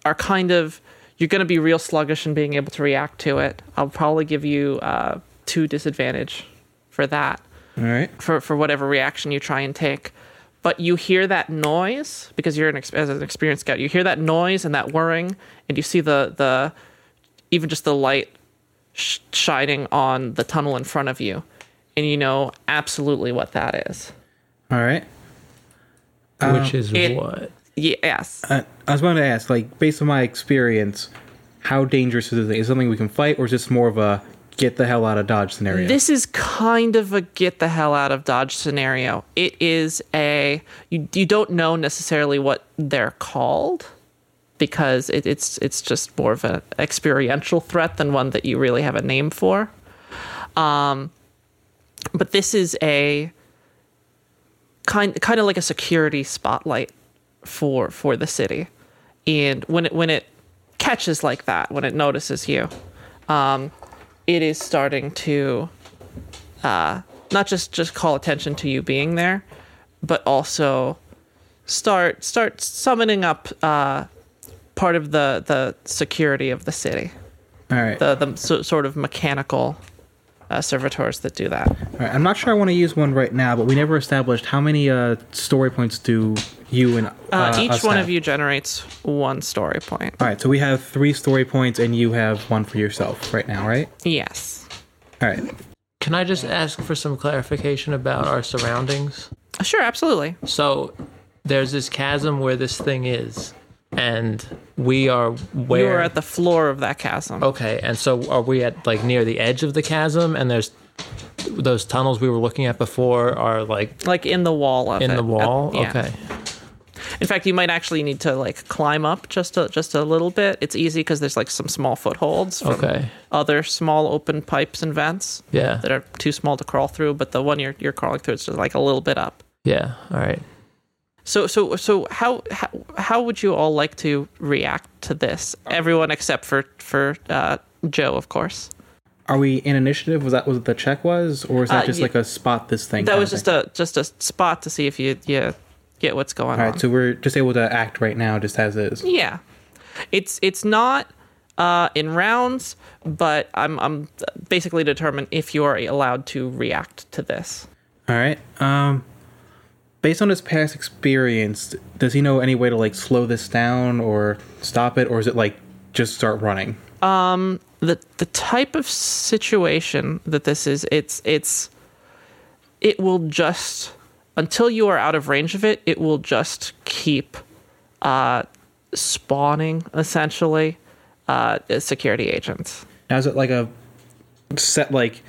are kind of you're going to be real sluggish in being able to react to it. I'll probably give you uh, two disadvantage for that. All right. for for whatever reaction you try and take. But you hear that noise because you're an ex- as an experienced scout. You hear that noise and that whirring, and you see the the even just the light sh- shining on the tunnel in front of you, and you know absolutely what that is. All right. Which is Um, it- what? Ye- Yes, Uh, I was about to ask, like, based on my experience, how dangerous is it? Is it something we can fight, or is this more of a get the hell out of dodge scenario? this is kind of a get the hell out of dodge scenario. It is a you you don't know necessarily what they're called. because it, it's it's just more of an experiential threat than one that you really have a name for. Um, but this is a kind kind of like a security spotlight for for the city, and when it when it catches like that, when it notices you, um, it is starting to uh, not just just call attention to you being there, but also start start summoning up. Uh, part of the the security of the city All right. the the so, sort of mechanical uh, servitors that do that All right. I'm not sure I want to use one right now, but we never established how many uh, story points do you and uh, uh, each us one have? of you generates one story point All right. So we have three story points, and you have one for yourself right now, right? yes All right. Can I just ask for some clarification about our surroundings? Uh, sure absolutely So there's this chasm where this thing is, and we are where. Oh. you are at the floor of that chasm okay, and so are we at like near the edge of the chasm? And there's those tunnels we were looking at before are like like in the wall of in it. the At- wall. Uh, yeah. Okay, in fact you might actually need to like climb up just a just a little bit it's easy because there's like some small footholds from okay, other small open pipes and vents yeah, that are too small to crawl through but the one you're you're crawling through is just like a little bit up yeah. All right. So so so how how, how would you all like to react to this? Everyone except for for uh, Joe, of course. Are we in initiative? Was that what the check was, or is that Uh, just yeah. like a spot this thing? That kind was of just thing? a just a spot to see if you you get what's going All on. right, so we're just able to act right now, just as is. Yeah, it's it's not uh, in rounds, but I'm I'm basically determined if you are allowed to react to this. All right. Um, based on his past experience, does he know any way to like slow this down or stop it, or is it like just start running? the the type of situation that this is it's it's it will just until you are out of range of it it will just keep uh spawning essentially uh security agents Now is it like a set like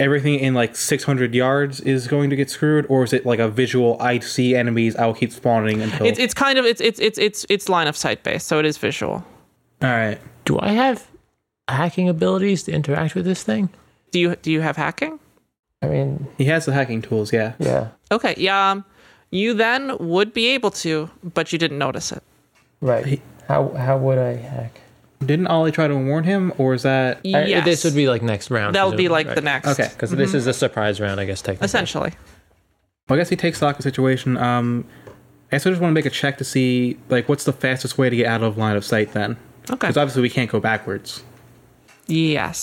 everything in like 600 yards is going to get screwed, or is it like a visual? I see enemies. I will keep spawning Oh. until. it's it's kind of it's it's it's it's it's line of sight based so it is visual All right. Do I have hacking abilities to interact with this thing? do you do you have hacking I mean, He has the hacking tools. Yeah. yeah, okay yeah um, you then would be able to but you didn't notice it right. How how would I hack? Didn't Ollie try to warn him, or is that? I- Uh, yes. this would be like next round. that would be like the presumably, right? next Okay. Because Mm-hmm. this is a surprise round, I guess. Technically, essentially Well, I guess he takes stock of the situation. Um, I guess I just want to make a check to see like what's the fastest way to get out of line of sight then. Okay. Because obviously we can't go backwards. Yes.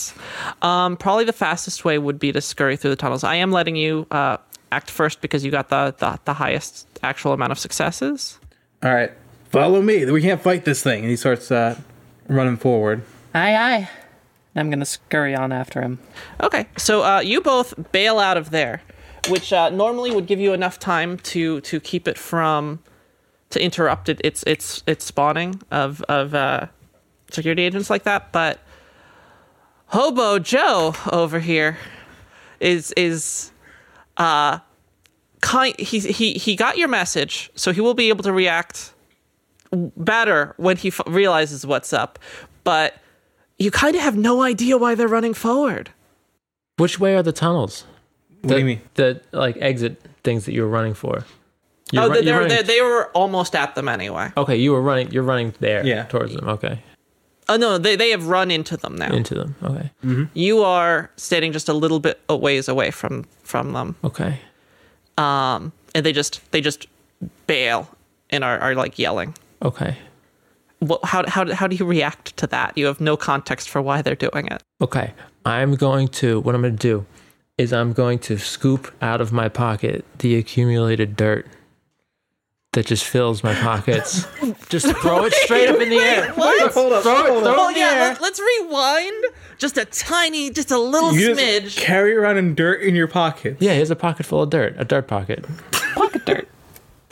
Um, probably the fastest way would be to scurry through the tunnels. I am letting you uh, act first because you got the, the, the highest actual amount of successes. All right, follow me. We can't fight this thing. And he starts uh, running forward. Aye, aye. I'm gonna scurry on after him. Okay. So uh, you both bail out of there, which uh, normally would give you enough time to, to keep it from to interrupt it, its its its spawning of of uh, security agents like that. But Hobo Joe over here is is uh kind. He he he got your message, so he will be able to react better when he f- realizes what's up. But you kind of have no idea why they're running forward. Which way are the tunnels? What do you mean? The like exit things that you were running for. You're Oh, they ru- you're they're, running- they they were almost at them anyway. Okay, you were running. You're running there. Yeah. Towards them. Okay. Oh no, they they have run into them now. Into them. Okay. you are standing just a little bit a ways away from from them. Okay. um, and they just they just bail and are, are like yelling. Okay. What, how, how how do you react to that? You have no context for why they're doing it. Okay. I'm going to. What I'm going to do is I'm going to scoop out of my pocket the accumulated dirt that just fills my pockets. just throw it straight up in the air. What? Hold up. hold up. Oh yeah, let, let's rewind just a tiny, just a little You just smidge. carry around in dirt in your pocket. Yeah, here's a pocket full of dirt. A dirt pocket. Pocket dirt.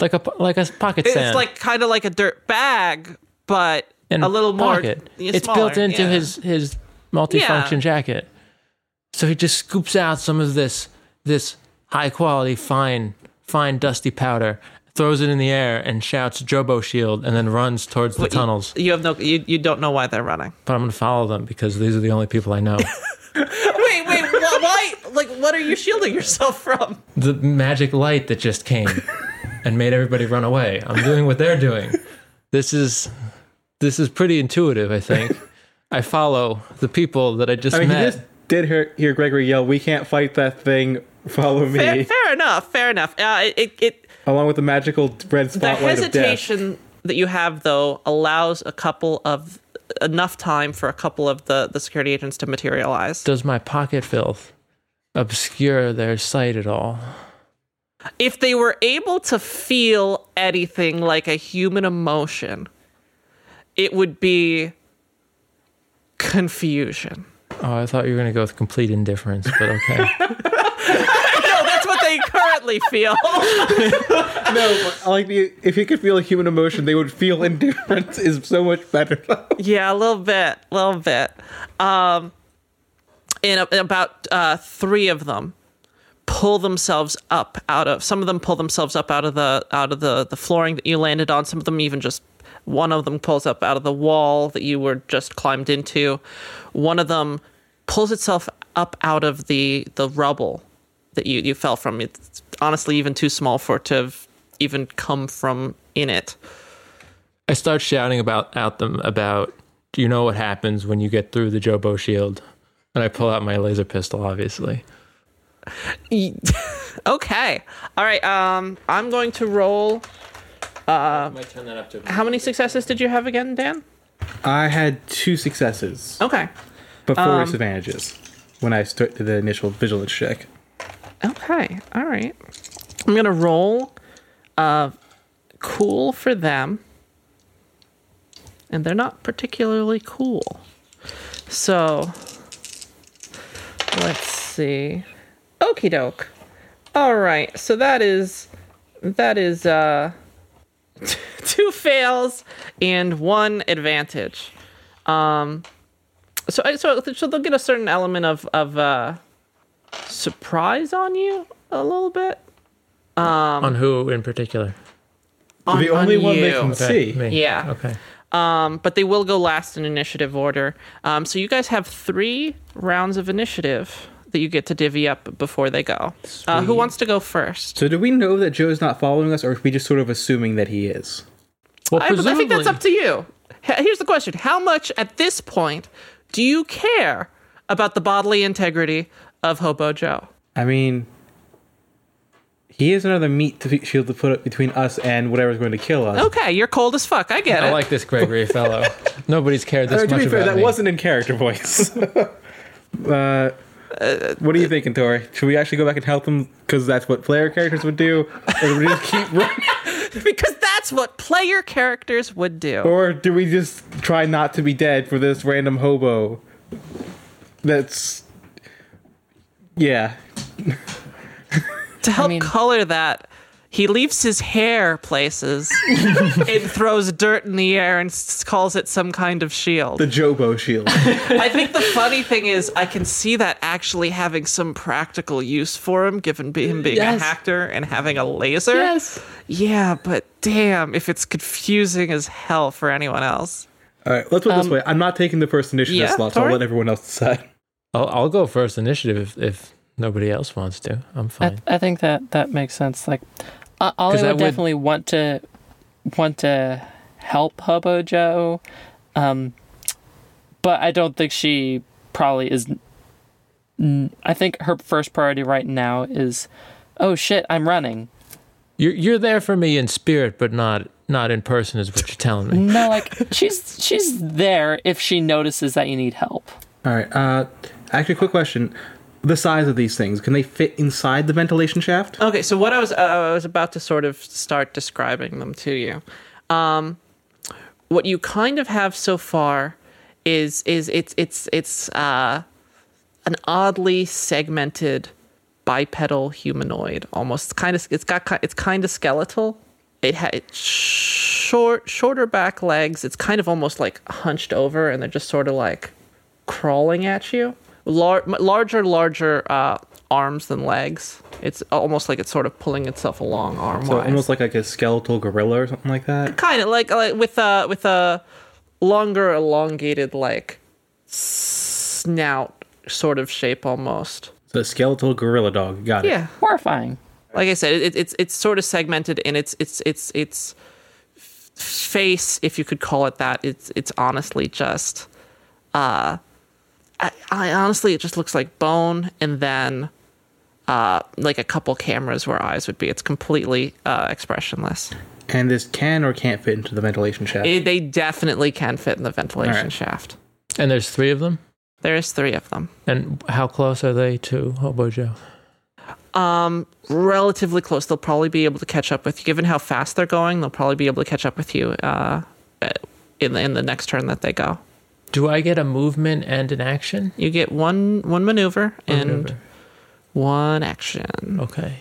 Like a po- like a pocket It's sand. like kind of like a dirt bag, but in a little more. pocket. yeah, It's smaller, built into yeah. his his multifunction Yeah. jacket. So he just scoops out some of this this high quality fine fine dusty powder, throws it in the air and shouts Jobo Shield and then runs towards the But you- tunnels. You have no. You, you don't know why they're running. But I'm going to follow them because these are the only people I know. Wait, wait. wh- why? Like, what are you shielding yourself from? the magic light that just came and made everybody run away. I'm doing what they're doing. This is this is pretty intuitive, I think. I follow the people that I just I mean, met. he just did hear, hear Gregory yell, "We can't fight that thing. Follow me." Fair, fair enough. Fair enough. Uh, it, it Along with the magical red the spotlight of death. hesitation that you have though allows a couple of enough time for a couple of the the security agents to materialize does my pocket filth obscure their sight at all? if they were able to feel anything like a human emotion it would be confusion Oh, I thought you were gonna go with complete indifference, but okay. no that's what they currently feel No, but, like you- if you could feel a human emotion, they would feel indifference is so much better. Yeah, a little bit, a little bit. Um, and a- about uh, three of them pull themselves up out of. Some of them pull themselves up out of the out of the the flooring that you landed on. Some of them even just one of them pulls up out of the wall that you were just climbed into. One of them pulls itself up out of the the rubble that you you fell from. It's honestly even too small for it to have even come from in it. I start shouting about out them about. Do you know what happens when you get through the Jobo shield? And I pull out my laser pistol, obviously. E- okay. All right. Um, I'm going to roll. Uh, I might turn that up to. How many successes did you have again, Dan? I had two successes, Okay. but four disadvantages when I st- did the initial vigilance check. Okay. All right. I'm gonna roll. Uh, cool for them. And they're not particularly cool. So let's see. Okie doke. All right. So that is that is uh two fails and one advantage. Um. So I- so so they'll get a certain element of of uh surprise on you a little bit. um, on who in particular? On, the only on one they you. can see. me. Yeah. Okay. Um, but they will go last in initiative order. Um, so you guys have three rounds of initiative that you get to divvy up before they go. Uh, who wants to go first? So, do we know that Joe's not following us, or are we just sort of assuming that he is? Well, I, I think that's up to you. H- Here's the question: How much at this point do you care about the bodily integrity of Hobo Joe? I mean, he is another meat to shield to put up between us and whatever's going to kill us. Okay, you're cold as fuck. I get I it. like this Gregory fellow. Nobody's cared this Uh, to much be fair, about that me. wasn't in character voice. uh, what are you thinking, Tori? Should we actually go back and help him because that's what player characters would do, or do we just keep running? because that's what player characters would do. Or do we just try not to be dead for this random hobo? That's yeah. To help mean- color that, he leaves his hair places and throws dirt in the air and s- calls it some kind of shield. The Jobo shield. I think the funny thing is, I can see that actually having some practical use for him, given be- him being Yes. a hacker and having a laser. Yes. Yeah, but damn, if it's confusing as hell for anyone else. All right, let's put it this way. I'm not taking the first initiative Um, yeah, slot, so I'll Tori? let everyone else decide. I'll, I'll go first initiative if, if nobody else wants to. I'm I, fine. I think that that makes sense. Like, I Ollie 'Cause would, that would- definitely want to want to help Hobo Joe, um, but I don't think she probably is. n- I think her first priority right now is, oh shit, I'm running. You're you're there for me in spirit, but not not in person, is what you're telling me. No, like she's she's there if she notices that you need help. All right. Uh, actually, quick question: the size of these things can they fit inside the ventilation shaft? Okay, so what I was uh, I was about to sort of start describing them to you. Um, what you kind of have so far is is it's it's it's uh, an oddly segmented bipedal humanoid, almost kind of it's got ki- it's kind of skeletal. It ha it's short shorter back legs. It's kind of almost like hunched over, and they're just sort of like crawling at you. Lar- m- larger, larger uh, arms than legs. It's almost like it's sort of pulling itself along arm So wise. almost like like a skeletal gorilla or something like that. kind of like like with a with a longer, elongated like snout sort of shape almost. The skeletal gorilla dog. Got it. Yeah. Horrifying. like I said, it, it's it's sort of segmented in its its its its face, if you could call it that. It's it's honestly just, uh, I, I honestly it just looks like bone, and then, uh, like a couple cameras where eyes would be. It's completely uh, expressionless. And this can or can't fit into the ventilation shaft. It, they definitely can fit in the ventilation All right. shaft. And there's three of them. There is three of them, And how close are they to Hobo Joe? relatively close. They'll probably be able to catch up with you, given how fast they're going. They'll probably be able to catch up with you. Uh, in the, in the next turn that they go. Do I get a movement and an action? You get one one maneuver and Maneuver. one action. Okay.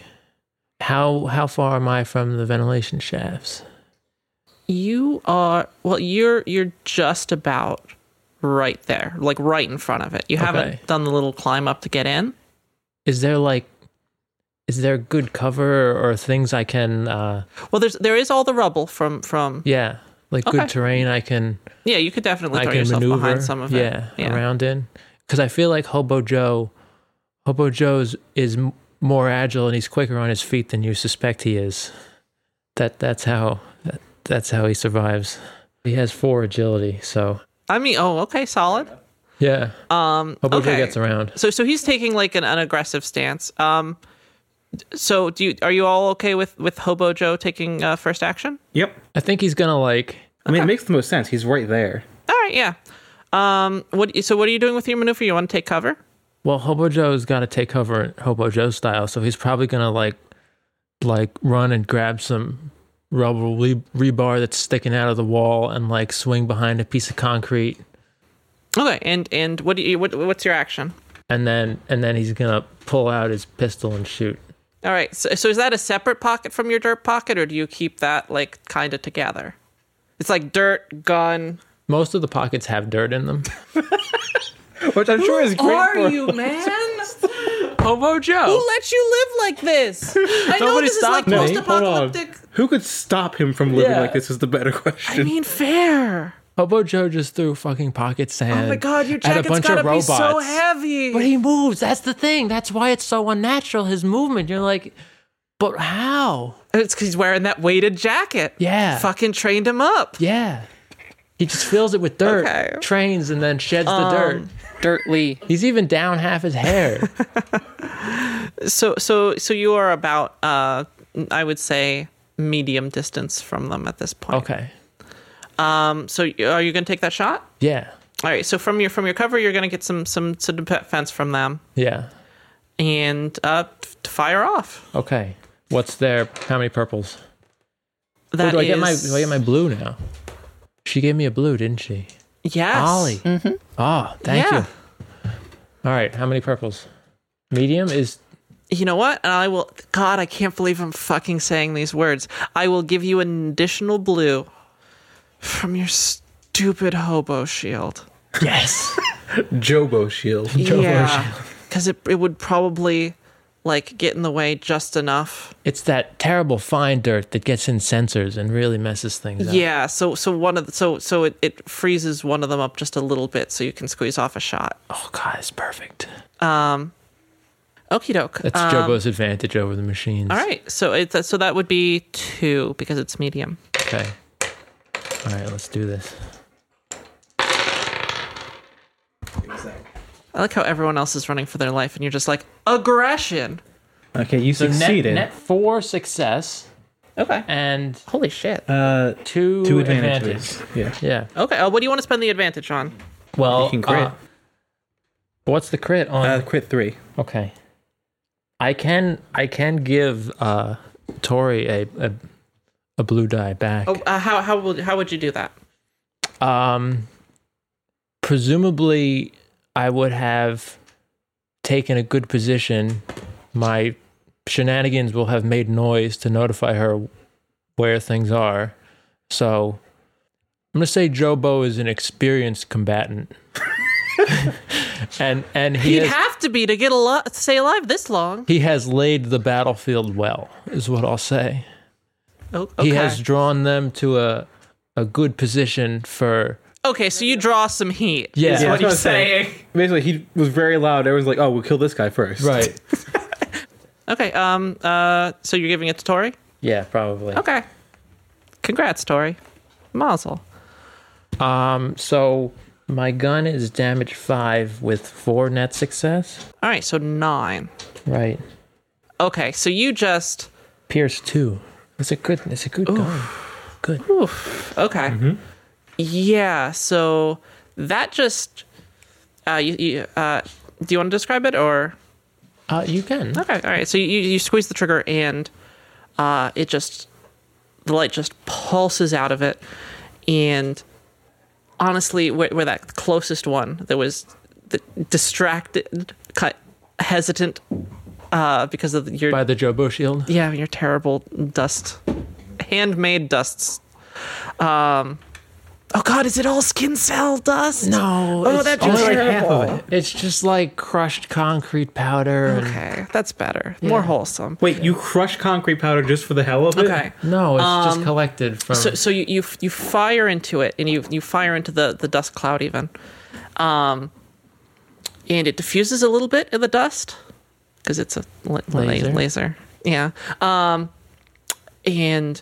How how far am I from the ventilation shafts? You are well. You're you're just about right there, like right in front of it. You Okay. haven't done the little climb up to get in. Is there like is there good cover or things I can uh Well, there's there is all the rubble from from yeah, like Okay. good terrain I can yeah. You could definitely I throw can yourself maneuver behind some of it. Yeah, around in cuz I feel like Hobo Joe Hobo Joe's is m- more agile and he's quicker on his feet than you suspect he is. That that's how that, that's how he survives. He has four agility, so I mean, oh, okay, solid. yeah. Um, Hobo Joe okay. gets around. So so he's taking like an, an aggressive stance. Um, so do you are you all okay with with Hobo Joe taking uh, first action? Yep. I think he's gonna like. I mean, it makes the most sense. He's right there. All right, yeah. Um, what so what are you doing with your maneuver? You want to take cover? Well, Hobo Joe's got to take cover, Hobo Joe style. So he's probably gonna like, like run and grab some rubber re- rebar that's sticking out of the wall and like swing behind a piece of concrete, Okay, and and what do you what what's your action? and then and then he's gonna pull out his pistol and shoot. All right, so, so is that a separate pocket from your dirt pocket, or do you keep that like kind of together? It's like dirt gun. Most of the pockets have dirt in them. Which I'm sure is great for man? Hobo Joe. Who let you live like this? I know Nobody this is like stopped me. post Hold on. apocalyptic. Who could stop him from living Yeah. like this is the better I question. mean, fair. Hobo Joe just threw fucking pocket sand. Oh my god, your at a jacket's bunch gotta of robots. be so heavy. But he moves. That's the thing. That's why it's so unnatural. His movement. You're like, but how? It's because he's wearing that weighted jacket. Yeah. Fucking trained him up. Yeah. He just fills it with dirt, Okay. Um, trains, and then sheds the dirt. Dirt Lee. He's even down half his hair. So, so, so you are about, uh, I would say, medium distance from them at this point. okay. Um, so, y- are you going to take that shot? Yeah. All right. So, from your from your cover, you're going to get some some some defense from them Yeah. and uh, f- fire off. Okay. What's there? How many purples? That Oh, do I get my is- do I get my blue now? She gave me a blue, didn't she? yes. Ollie. Mm-hmm. Oh, thank Yeah. you. All right. How many purples? Medium is You know what? And I will. God, I can't believe I'm fucking saying these words. I will give you an additional blue from your stupid hobo shield. yes. Jobo shield. yeah, because it it would probably like get in the way just enough. It's that terrible fine dirt that gets in sensors and really messes things up. Yeah, so so one of the, so so it, it freezes one of them up just a little bit, so you can squeeze off a shot. Oh god, it's perfect. Okie doke. That's Jobo's advantage over the machines. Um, all right, so it's so that would be two because it's medium. Okay. All right, let's do this. I like how everyone else is running for their life, and you're just like aggression. Okay, you succeeded. four success Okay. and Holy shit. uh, two, two advantages. Yeah. Yeah. Okay. Uh, what do you want to spend the advantage on? Well, You can crit. uh, what's the crit on? Uh, quit three. okay. I can I can give uh Tori a a, a blue die back. Oh, uh, how how would how would you do that? Um, presumably, I would have taken a good position. My shenanigans will have made noise to notify her where things are. So, I'm gonna say Jobo is an experienced combatant, and and he He'd has, have to be to get a lo- to stay alive this long. he has laid the battlefield well, is what I'll say. Oh, okay. He has drawn them to a a good position for Okay, so you draw some heat. Yeah. is Yeah, what that's what you're I'm saying. saying. Basically, he was very loud. Everyone's like, "Oh, we'll kill this guy first. right. Okay. Um. Uh. So you're giving it to Tori. Yeah, probably. Okay. Congrats, Tori. Mazel. Um, so my gun is damage five with four net success. All right. So nine. Right. Okay. So you just. Pierce two. It's a good. It's a good gun. Good. Okay. Yeah. So that just. Uh. You. you uh. Do you want to describe it or? Uh, you can. Okay, all right. So you, you squeeze the trigger and uh, it just the light just pulses out of it. And honestly, where, where that closest one that was the distracted, cut, hesitant uh, because of your By the Jobo shield. yeah your terrible dust, handmade dusts. Um, oh God, is it all skin cell dust? No. Oh, it's that just, just It's just like crushed concrete powder. And, Okay, that's better. More wholesome. Wait, you crush concrete powder just for the hell of it? Okay. No, it's just collected from. Um, so, so you, you you fire into it and you you fire into the the dust cloud even um and it diffuses a little bit in the dust because it's a la- la- Laser. laser yeah um and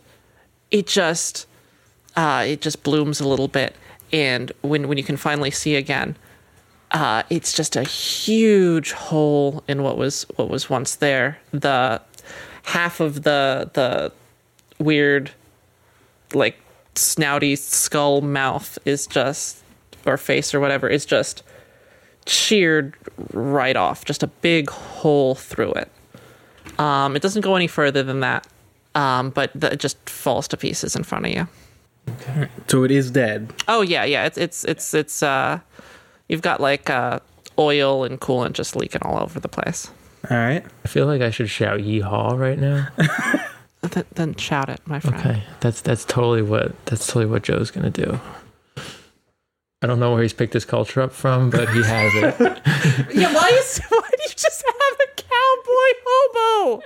it just uh, it just blooms a little bit, and when when you can finally see again, uh, it's just a huge hole in what was what was once there. The half of the the weird like snouty skull mouth is just or face or whatever is just sheared right off just a big hole through it um it doesn't go any further than that um but the, it just falls to pieces in front of you So it is dead. oh yeah yeah it's it's it's it's uh you've got like uh oil and coolant just leaking all over the place All right. I feel like I should shout yeehaw right now. Th- then shout it my friend Okay, that's that's totally what that's totally what Joe's gonna do. I don't know where he's picked his culture up from, but he has it. Yeah, why is why do you just have a cowboy hobo?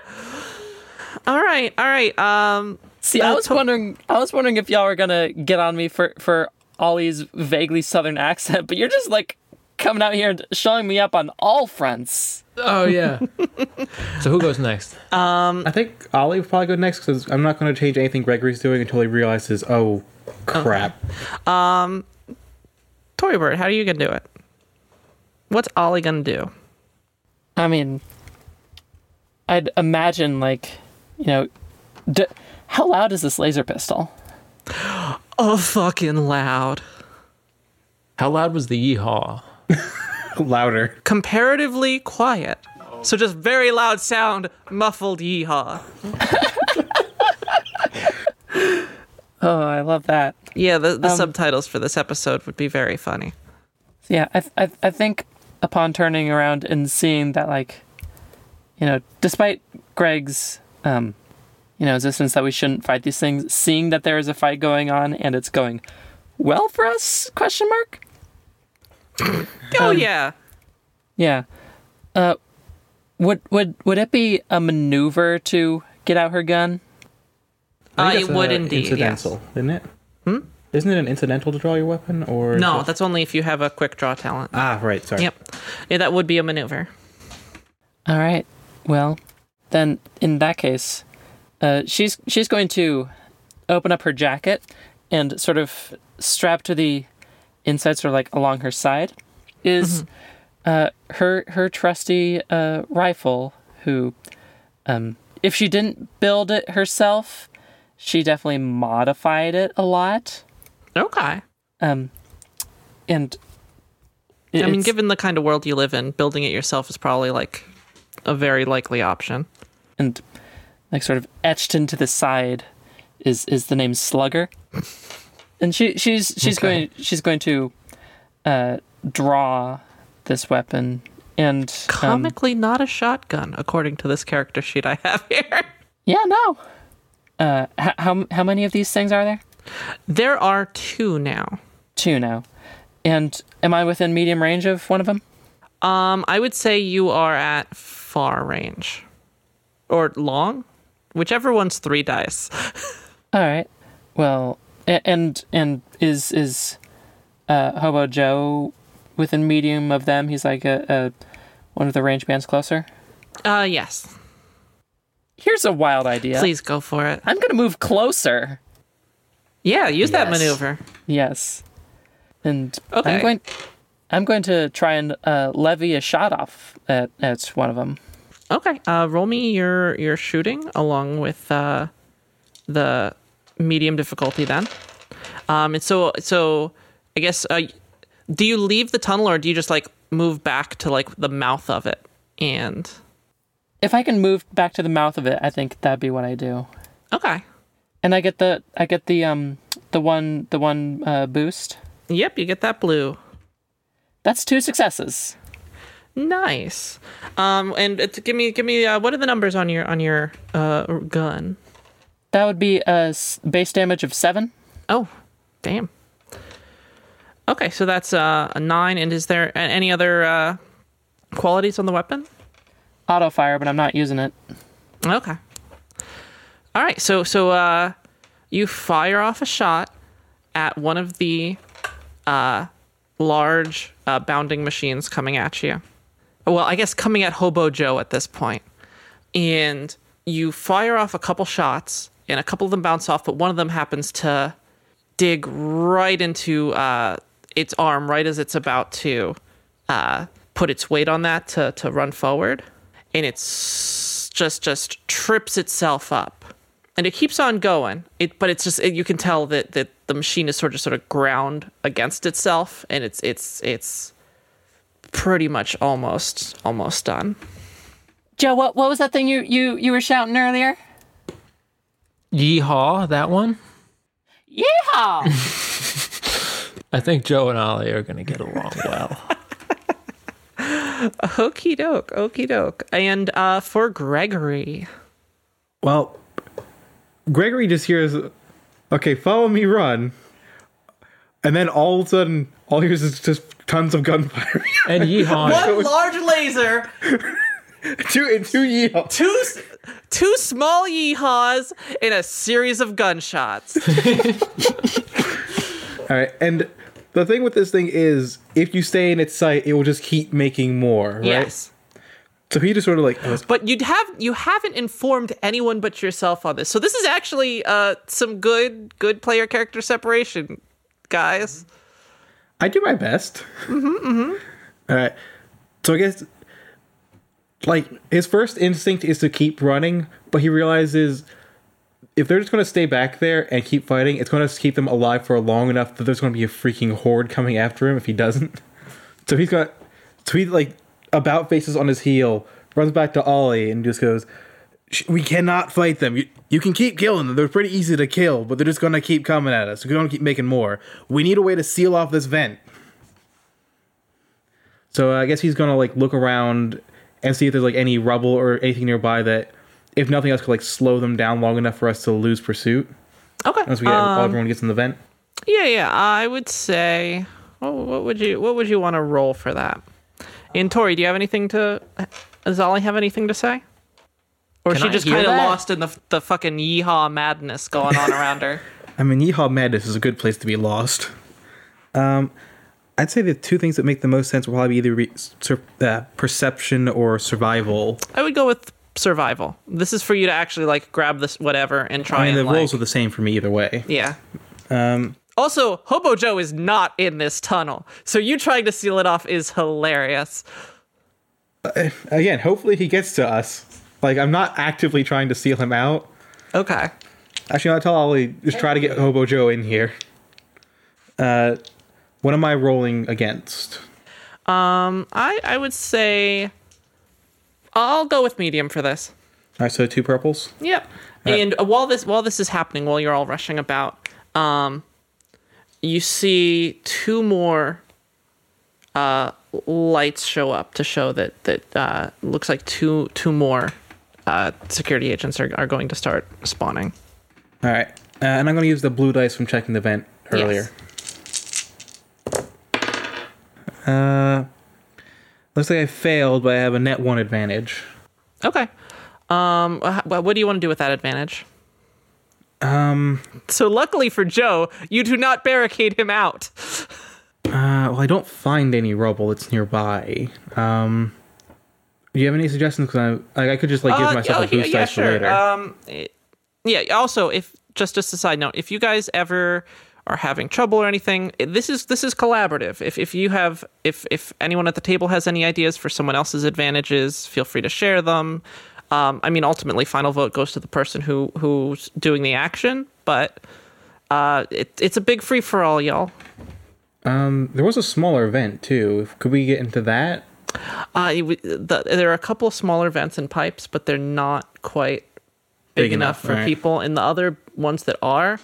All right, all right. Um, See, I was wondering, I was wondering if y'all were gonna get on me for for Ollie's vaguely southern accent, but you're just like coming out here and showing me up on all fronts. Oh yeah. so who goes next? I think Ollie would probably go next because I'm not going to change anything Gregory's doing until he realizes, oh, crap. Tory Bird, how are you gonna do it? What's Ollie gonna do? I mean, I'd imagine like, you know, d- how loud is this laser pistol? Oh, fucking loud. How loud was the yeehaw? Louder. Comparatively quiet. So just very loud sound, muffled yeehaw. Oh, I love that. Yeah, the, Um, the subtitles for this episode would be very funny. Yeah, I, I, I think upon turning around and seeing that, like, you know, despite Greg's, um, you know, insistence that we shouldn't fight these things, seeing that there is a fight going on and it's going well for us? Question mark. um, Oh yeah. Yeah. Uh, would would would it be a maneuver to get out her gun? Uh, I think it that's, would uh, indeed. yes. Incidental, isn't it? Hmm? Isn't it an incidental to draw your weapon? or is No, it- that's only if you have a quick draw talent. Ah, right. Sorry. Yep. Yeah, that would be a maneuver. All right. Well, then in that case, uh, she's she's going to open up her jacket and sort of strap to the inside, sort of like along her side, Mm-hmm. is uh, her her trusty uh, rifle. Who, um, if she didn't build it herself, she definitely modified it a lot. Okay. Um, and I mean, it's- given the kind of world you live in, building it yourself is probably like a very likely option. and like sort of etched into the side is is the name Slugger. And she she's she's Okay. going she's going to uh, draw this weapon and um, Comically, not a shotgun, according to this character sheet I have here. yeah no. Uh, h- how how many of these things are there? There are two now. Two now. And am I within medium range of one of them? Um, I would say you are at far range or long, whichever one's three dice. All right. Well, a- and and is is uh, Hobo Joe within medium of them? He's like a, a one of the range bands closer. Uh, yes. Here's a wild idea. Please go for it. I'm gonna move closer. Yeah, use that Yes. maneuver. Yes. And Okay. I'm going. I'm going to try and uh, levy a shot off at, at one of them. Okay. Uh, roll me your your shooting along with uh, the medium difficulty then. Um, and so so I guess uh, do you leave the tunnel or do you just like move back to like the mouth of it and If I can move back to the mouth of it, I think that'd be what I do. okay. And I get the I get the um the one the one uh, boost. Yep, you get that blue. That's two successes. Nice. Um, and it's, give me give me uh, what are the numbers on your on your uh, gun? That would be a s- base damage of seven. Oh, damn. Okay, so that's uh, a nine. And is there a- any other uh, qualities on the weapon? Auto fire, but I'm not using it. Okay. All right. So so uh, you fire off a shot at one of the uh, large uh, bounding machines coming at you. Well, I guess coming at Hobo Joe at this point, and you fire off a couple shots. and a couple of them bounce off, but one of them happens to dig right into uh, its arm right as it's about to uh, put its weight on that to, to run forward. And it's just just trips itself up. And it keeps on going. It but it's just it, you can tell that, that the machine is sort of sort of ground against itself and it's it's it's pretty much almost almost done. Joe, what what was that thing you you you were shouting earlier? Yeehaw, that one. Yeehaw! I think Joe and Ollie are going to get along well. Okie doke, okie doke. And uh, for Gregory, Well, Gregory just hears, "Okay, follow me, run," and then all of a sudden, all he hears is just tons of gunfire. And yeehaw. one large laser, two and two yeehaws. two s- two small yeehaws, and a series of gunshots. All right, and the thing with this thing is, if you stay in its sight, it will just keep making more. Right? Yes, So he just sort of like, but you'd have you haven't informed anyone but yourself on this, so this is actually uh, some good good player character separation, guys. I do my best. All right. So I guess, like, his first instinct is to keep running, but he realizes if they're just going to stay back there and keep fighting, it's going to keep them alive for long enough that there's going to be a freaking horde coming after him if he doesn't. So he's got, so he like about faces on his heel, runs back to Ollie and just goes, "Sh- "We cannot fight them. You, you can keep killing them. They're pretty easy to kill, but they're just gonna keep coming at us. We're gonna keep making more. We need a way to seal off this vent." So uh, I guess he's gonna like look around and see if there's like any rubble or anything nearby that, if nothing else, could like slow them down long enough for us to lose pursuit Okay, once we get, everyone gets in the vent. Yeah, yeah. I would say. What, what would you What would you want to roll for that? And Tori, do you have anything to? Does Ollie have anything to say? Or is Can she I just hear kind of that? lost in the the fucking yeehaw madness going on around her? I mean, Yeehaw Madness is a good place to be lost. Um, I'd say the two things that make the most sense will probably be either re- sur- uh, perception or survival. I would go with survival. This is for you to actually like grab this whatever and try I mean, the and like, roles are the same for me either way. yeah. Um. Also, Hobo Joe is not in this tunnel, so you trying to seal it off is hilarious. Again, hopefully he gets to us. Like, I'm not actively trying to seal him out. Okay. Actually, I'll tell Ollie, just try to get Hobo Joe in here. Uh, what am I rolling against? I I would say I'll go with medium for this. All right, so two purples. Yep. And uh, while this while this is happening, while you're all rushing about, um, you see two more uh, lights show up to show that that uh, looks like two two more uh, security agents are, are going to start spawning. All right, uh, and I'm going to use the blue dice from checking the vent earlier. Uh, looks like I failed, but I have a net one advantage. Okay. Um, wh- what do you want to do with that advantage? Um, So luckily for Joe, you do not barricade him out. uh, well, I don't find any rubble that's nearby. Um, do you have any suggestions? Because I, like, I could just like give Uh, myself oh, a boost yeah, dice sure. for later. Um, it- yeah. Also, if just just a side note, if you guys ever are having trouble or anything, it- this is this is collaborative. If if you have if if anyone at the table has any ideas for someone else's advantages, feel free to share them. Um, I mean, ultimately, final vote goes to the person who who's doing the action, but uh, it, it's a big free for all, y'all. Um, there was a smaller event too. Could we get into that? Uh, it w- the, there are a couple of smaller vents and pipes, but they're not quite big, Big enough, enough, for right. people. And the other ones that are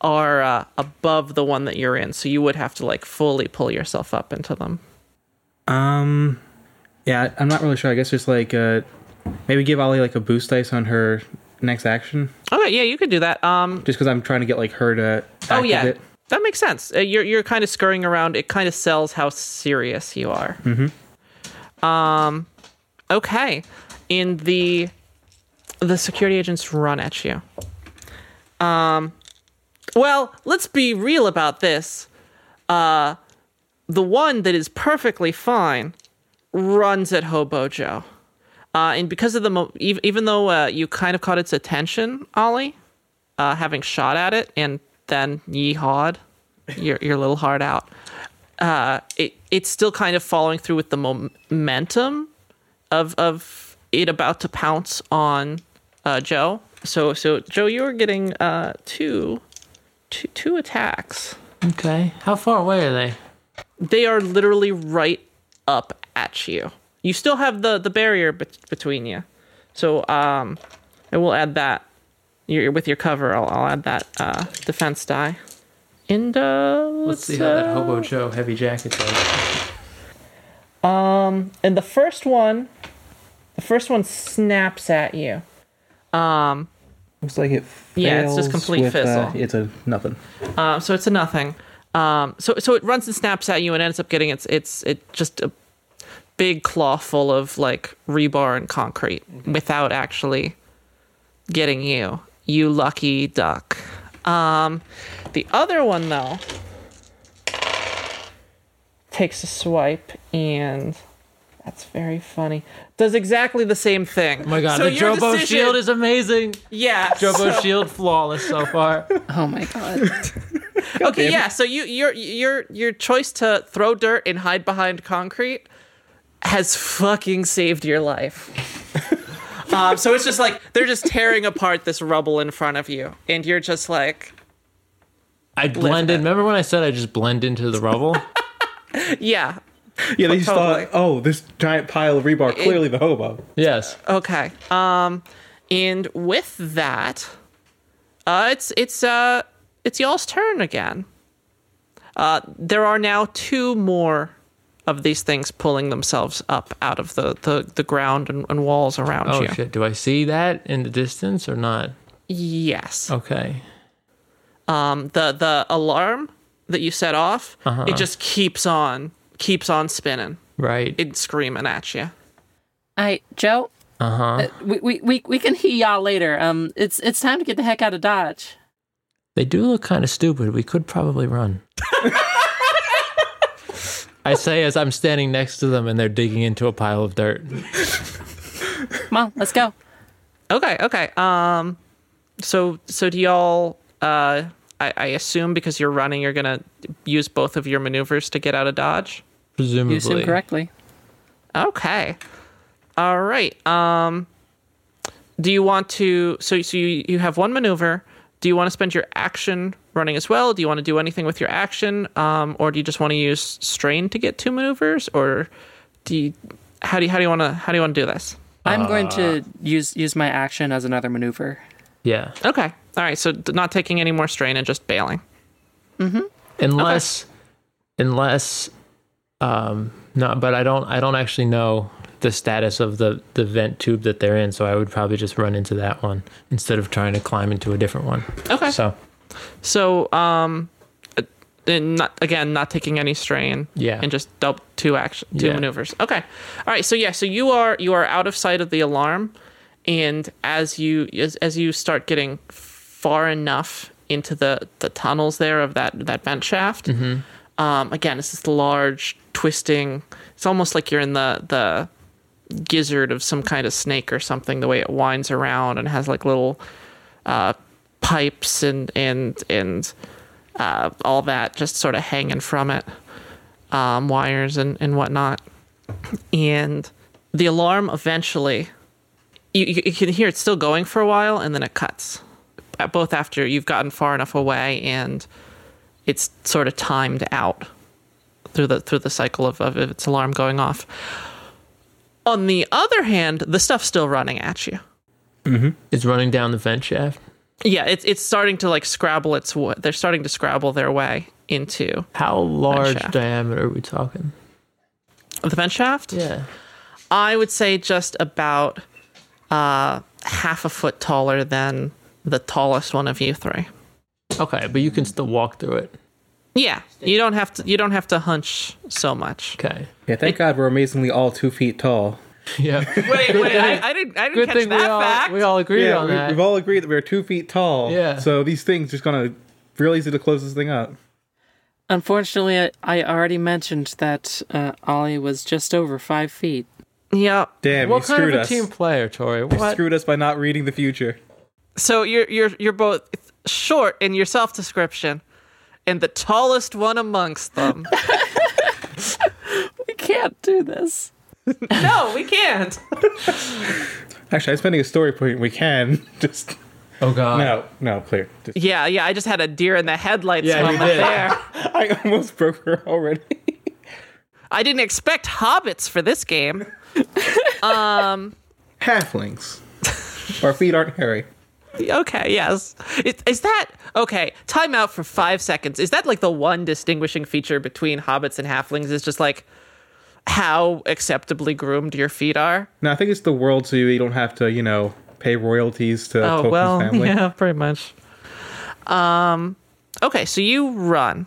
are uh, above the one that you're in, so you would have to like fully pull yourself up into them. Um, yeah, I'm not really sure. I guess just like uh, maybe give Ollie like a boost dice on her next action, Okay, Oh, yeah, you could do that. Um, just because I'm trying to get like her to. oh activate yeah, it. that makes sense. Uh, you're you're kind of scurrying around. It kind of sells how serious you are. Mm-hmm. Um, okay, in the the security agents run at you. Um, well, let's be real about this. Uh, the one that is perfectly fine runs at Hobo Joe. Uh, and because of the, mo- ev- even though uh, you kind of caught its attention, Ollie, uh, having shot at it and then ye hawed your, your little heart out, uh, it, it's still kind of following through with the mom- momentum of, of it about to pounce on uh, Joe. So, so Joe, you're getting uh, two, two, two attacks. Okay. How far away are they? They are literally right up at you. You still have the the barrier bet between you, so um, I will add that. You're you're with your cover. I'll, I'll add that uh, defense die. And uh, Let's let's see how that uh, Hobo Joe heavy jacket does. and the first one, the first one snaps at you. Um, Looks like it. Yeah, it's just fails complete with, uh, fizzle. it's a nothing. Uh, so it's a nothing. Um, so so it runs and snaps at you and ends up getting its its it just a big claw full of like rebar and concrete Mm-hmm. without actually getting you. You lucky duck. Um, the other one though takes a swipe and that's very funny. Does exactly the same thing. Oh my god, So the your Jobo decision- shield is amazing. yeah. Jobo shield flawless so far. Oh my god. Okay, yeah. So you your your your choice to throw dirt and hide behind concrete has fucking saved your life. um, so it's just like they're just tearing apart this rubble in front of you, and you're just like, I blend in. Remember when I said I just blend into the rubble? yeah, Yeah, they just Totally. thought, oh, this giant pile of rebar, clearly the hobo. yes. okay. Um, and with that, uh, it's it's uh it's y'all's turn again. Uh, there are now two more of these things pulling themselves up out of the the, the ground and, and walls around Oh you. shit. Do I see that in the distance or not? Yes. Okay. Um, the the alarm that you set off, it just keeps on keeps on spinning. Right. It's screaming at you. I Joe. Uh-huh. we, we we we can hear y'all later. Um, it's it's time to get the heck out of Dodge. They do look kind of stupid. We could probably run. I say as I'm standing next to them and they're digging into a pile of dirt. Come on, let's go. Okay, okay. Um so so do y'all uh I, I assume because you're running you're gonna use both of your maneuvers to get out of dodge? Presumably. You assume correctly. Okay. All right. Um do you want to so so you, you have one maneuver. Do you want to spend your action running as well? Do you want to do anything with your action? Um or do you just want to use strain to get two maneuvers or do you how do you how do you want to how do you want to do this? I'm going Ah. to use use my action as another maneuver. Yeah. Okay. All right, so not taking any more strain and just bailing. Unless unless um no, but I don't I don't actually know the status of the the vent tube that they're in, so I would probably just run into that one instead of trying to climb into a different one. Okay. So, So, um, uh, and not again, not taking any strain. Yeah. And just double two action, two Yeah. maneuvers. Okay. All right. So yeah. So you are you are out of sight of the alarm, and as you as, as you start getting far enough into the the tunnels there of that that vent shaft, um, again, it's this large twisting. It's almost like you're in the the gizzard of some kind of snake or something. The way it winds around and has like little uh, pipes and and and uh, all that just sort of hanging from it, um, wires and and whatnot. And the alarm eventually, you, you you can hear it's still going for a while, and then it cuts. Uh, Both after you've gotten far enough away, and it's sort of timed out through the through the cycle of, of its alarm going off. On the other hand, the stuff's still running at you. it's running down the vent shaft. Yeah, it's it's starting to like scrabble its. wa- They're starting to scrabble their way into How large shaft. diameter are we talking? the vent shaft. Yeah. I would say just about uh, half a foot taller than the tallest one of you three. Okay, but you can still walk through it. Yeah, you don't have to. You don't have to hunch so much. Okay. Yeah, thank God we're amazingly all two feet tall. Yeah. Wait, wait, I, I didn't. I didn't Good thing we all we all agreed Yeah, on we, that. we've all agreed that we're two feet tall. Yeah. So these things just gonna real easy to close this thing up. Unfortunately, I- I already mentioned that uh, Ollie was just over five feet. Yeah. Damn, what kind you screwed of a us. team player, Tori? You What? screwed us by not reading the future. So you're you're you're both short in your self description, and the tallest one amongst them. We can't do this. no, we can't. Actually, I'm spending a story point. We can just Oh God! no, no, clear. Just, Yeah, yeah. I just had a deer in the headlights Yeah, you moment did. there. I almost broke her already. I didn't expect hobbits for this game. Halflings. Our feet aren't hairy. Okay, yes. Is, is that okay? Time out for five seconds. Is that like the one distinguishing feature between hobbits and halflings? Is just like how acceptably groomed your feet are. No, I think it's the world, so you don't have to, you know, pay royalties to Oh Tolkien's well, family. yeah, pretty much. Um, okay, so you run.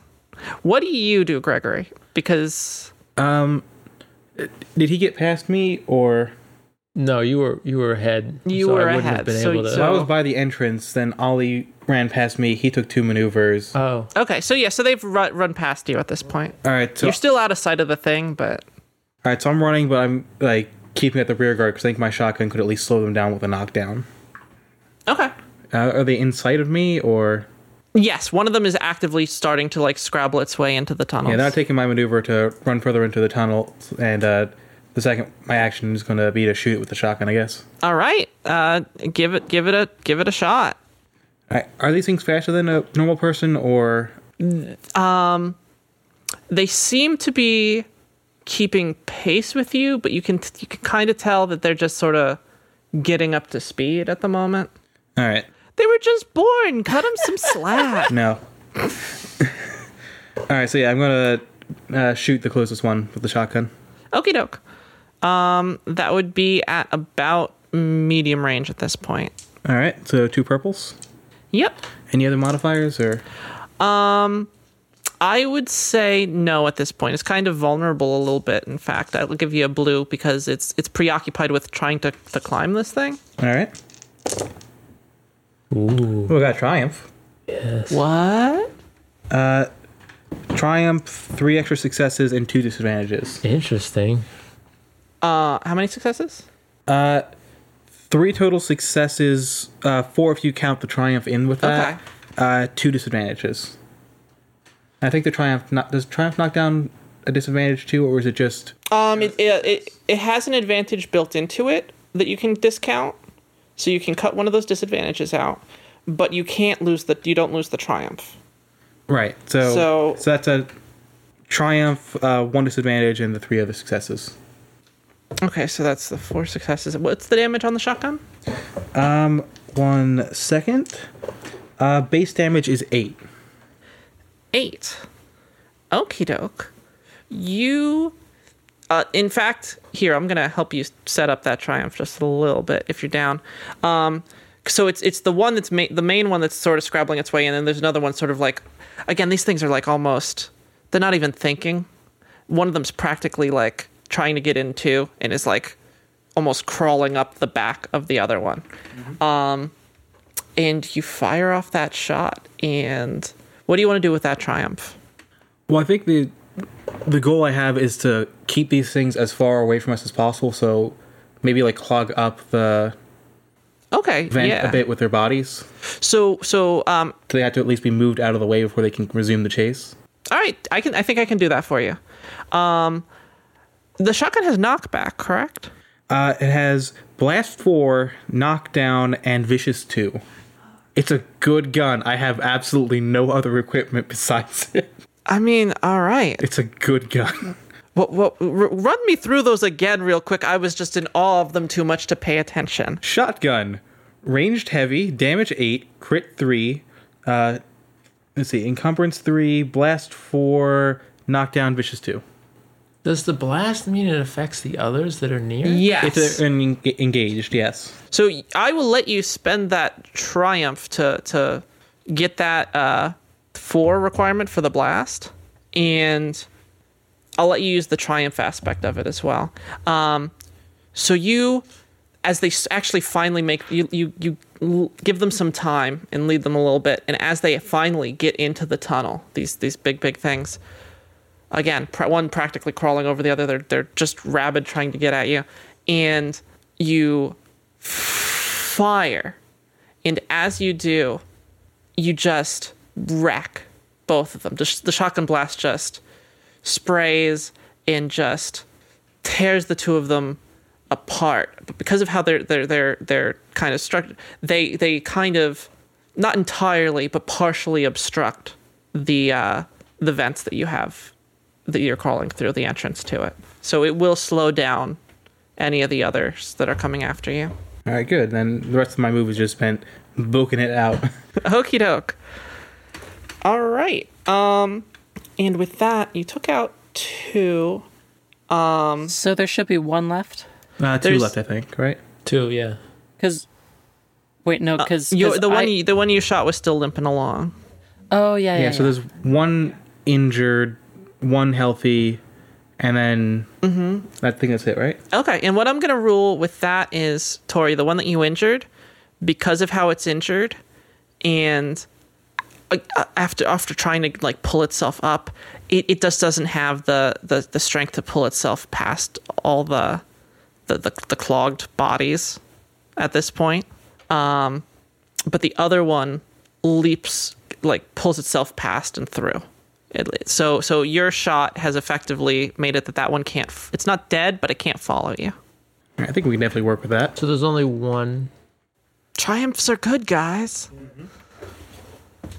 What do you do, Gregory? Because Um, Did he get past me, or No, you were you were ahead. You so were I wouldn't ahead, Have been so- able to, so- I was by the entrance? Then Ollie ran past me. He took two maneuvers. oh, okay, so yeah, so they've run, run past you at this point. all right, Uh, so You're still out of sight of the thing, but all right, so I'm running, but I'm like keeping at the rear guard because I think my shotgun could at least slow them down with a knockdown. okay. Uh, are they in sight of me, or Yes, one of them is actively starting to like scrabble its way into the tunnels. Yeah, now taking my maneuver to run further into the tunnel, and uh, the second my action is going to be to shoot it with the shotgun, I guess. All right, uh, give it, give it a, give it a shot. I, are these things faster than a normal person, or They seem to be keeping pace with you, but you can you can kind of tell that they're just sort of getting up to speed at the moment. all right? They were just born. Cut them some slack. No. all right, so yeah, I'm going to uh, shoot the closest one with the shotgun. Okie doke. Um, that would be at about medium range at this point. All right, so two purples. Yep. Any other modifiers, or I would say no at this point. It's kind of vulnerable a little bit. In fact, I'll give you a blue because it's it's preoccupied with trying to, to climb this thing. all right? Oh. Ooh, we got triumph. What? Triumph, three extra successes and two disadvantages. interesting. Uh, how many successes? Three total successes, uh, four if you count the triumph in with that. Okay. Uh, two disadvantages. I think the triumph not does triumph knock down a disadvantage too, or is it just Um, it it, it it has an advantage built into it that you can discount, so you can cut one of those disadvantages out, but you can't lose the you don't lose the triumph. right? So So- that's a triumph, uh, one disadvantage, and the three other successes. Okay, so that's the four successes. What's the damage on the shotgun? One second. Uh, base damage is eight. eight. Okie doke. You, uh, in fact, here I'm gonna help you set up that triumph just a little bit if you're down. Um, so it's it's the one that's ma- the main one that's sort of scrabbling its way in, and there's another one sort of like, again, these things are like almost they're not even thinking. One of them's practically like trying to get in too, and is like almost crawling up the back of the other one and you fire off that shot and what do you want to do with that triumph Well, I think the the goal I have is to keep these things as far away from us as possible. So maybe like clog up the okay vent yeah a bit with their bodies. so so um So they have to at least be moved out of the way before they can resume the chase. all right i can i think i can do that for you um the shotgun has knockback correct Uh, it has blast four, knockdown, and vicious two. It's a good gun. I have absolutely no other equipment besides it. i mean all right It's a good gun. what what r- run me through those again real quick i was just in awe of them too much to pay attention Shotgun, ranged heavy, damage eight, crit three. Uh, let's see, encumbrance three, blast four, knockdown, vicious two. Does the blast mean it affects the others that are near? yes If they're en- engaged, yes. so y- i will let you spend that triumph to to get that uh four requirement for the blast and I'll let you use the triumph aspect of it as well. Um, so you, as they s- actually finally make you, you you l- give them some time and lead them a little bit, and as they finally get into the tunnel, these these big big things, again, pr- one practically crawling over the other, they're they're just rabid trying to get at you, and you fire. And as you do, you just wreck both of them. Just the shotgun blast just sprays and just tears the two of them apart. But because of how they're they're they're they're kind of structured, they they kind of not entirely but partially obstruct the uh, the vents that you have that you're crawling through the entrance to it. So it will slow down any of the others that are coming after you. All right, good. Then the rest of my move is just spent booking it out. Okie doke. All right. Um, and with that, you took out two. So there should be one left. Uh, two There's- left, I think. Right? Two, yeah. Cause wait, no, cause, You, 'cause Uh, the one I- you, the one you shot was still limping along. oh yeah, yeah. Yeah. So yeah. there's one injured, one healthy, and then I think that's it, right? Okay, and what I'm gonna rule with that is Tori, the one that you injured, because of how it's injured, and uh, uh, after after trying to like pull itself up, it, it just doesn't have the, the the strength to pull itself past all the the the, the clogged bodies at this point. Um, but the other one leaps like pulls itself past and through it, so so your shot has effectively made it that that one can't f- it's not dead but it can't follow you I think we can definitely work with that. So there's only one. triumphs are good guys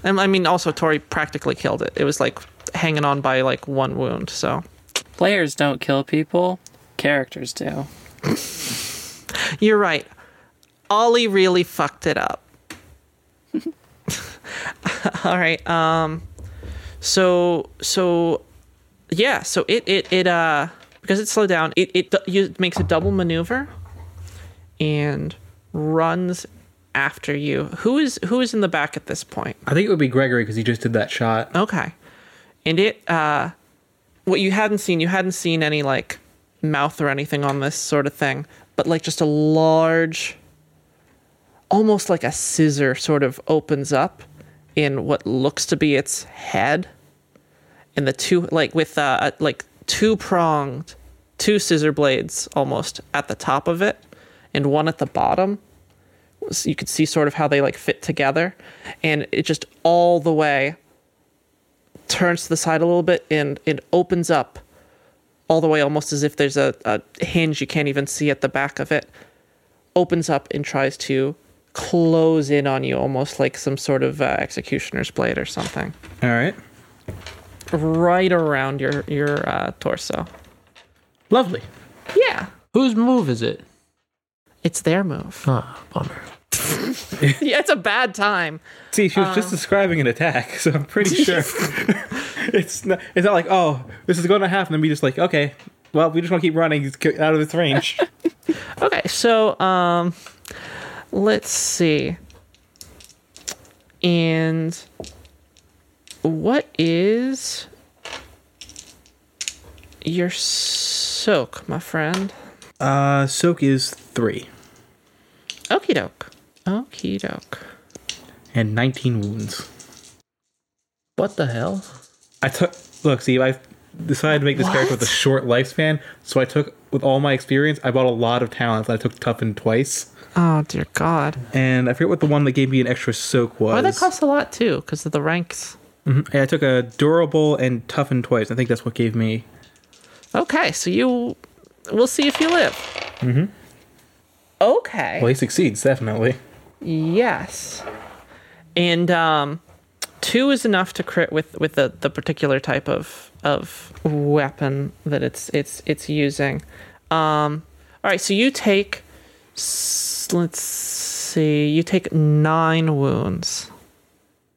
and i mean also tori practically killed it it was like hanging on by like one wound so Players don't kill people, characters do. You're right. Ollie really fucked it up. All right. Um so so yeah, so it it it uh because it slowed down, it it, du- you- makes a double maneuver and runs after you. Who is who is in the back at this point? I think it would be Gregory because he just did that shot. Okay. And it uh what you hadn't seen, you hadn't seen any like mouth or anything on this sort of thing, but like just a large almost like a scissor sort of opens up in what looks to be its head. And the two like with uh uh, like two pronged two scissor blades almost at the top of it and one at the bottom so you could see sort of how they like fit together and it just all the way turns to the side a little bit and it opens up all the way almost as if there's a, a hinge you can't even see at the back of it opens up and tries to close in on you almost like some sort of uh, executioner's blade or something All right. right around your your uh, torso Lovely. yeah Whose move is it? it's their move Ah, bummer. yeah it's a bad time See, she was just describing an attack, so I'm pretty sure it's not, it's not like oh, this is going to happen. And be just like, okay, well, we just want to keep running just get out of its range. Okay, so um, let's see. And what is your soak, my friend? uh, soak is three Okie doke. Okie doke. and 19 wounds. What the hell? I took look. See, I decided to make this character with a short lifespan, so I took with all my experience. I bought a lot of talents. I took toughen twice, Oh dear God! and I forget what the one that gave me an extra soak was. Why that costs a lot too, because of the ranks. Mhm. Yeah, I took a durable and toughen twice. I think that's what gave me. Okay, so you, we'll see if you live. Mm-hmm. Okay. Well, he succeeds definitely. Yes. And um, two is enough to crit with with the, the particular type of of weapon that it's it's it's using. Um, all right, so you take s- let's see, you take nine wounds.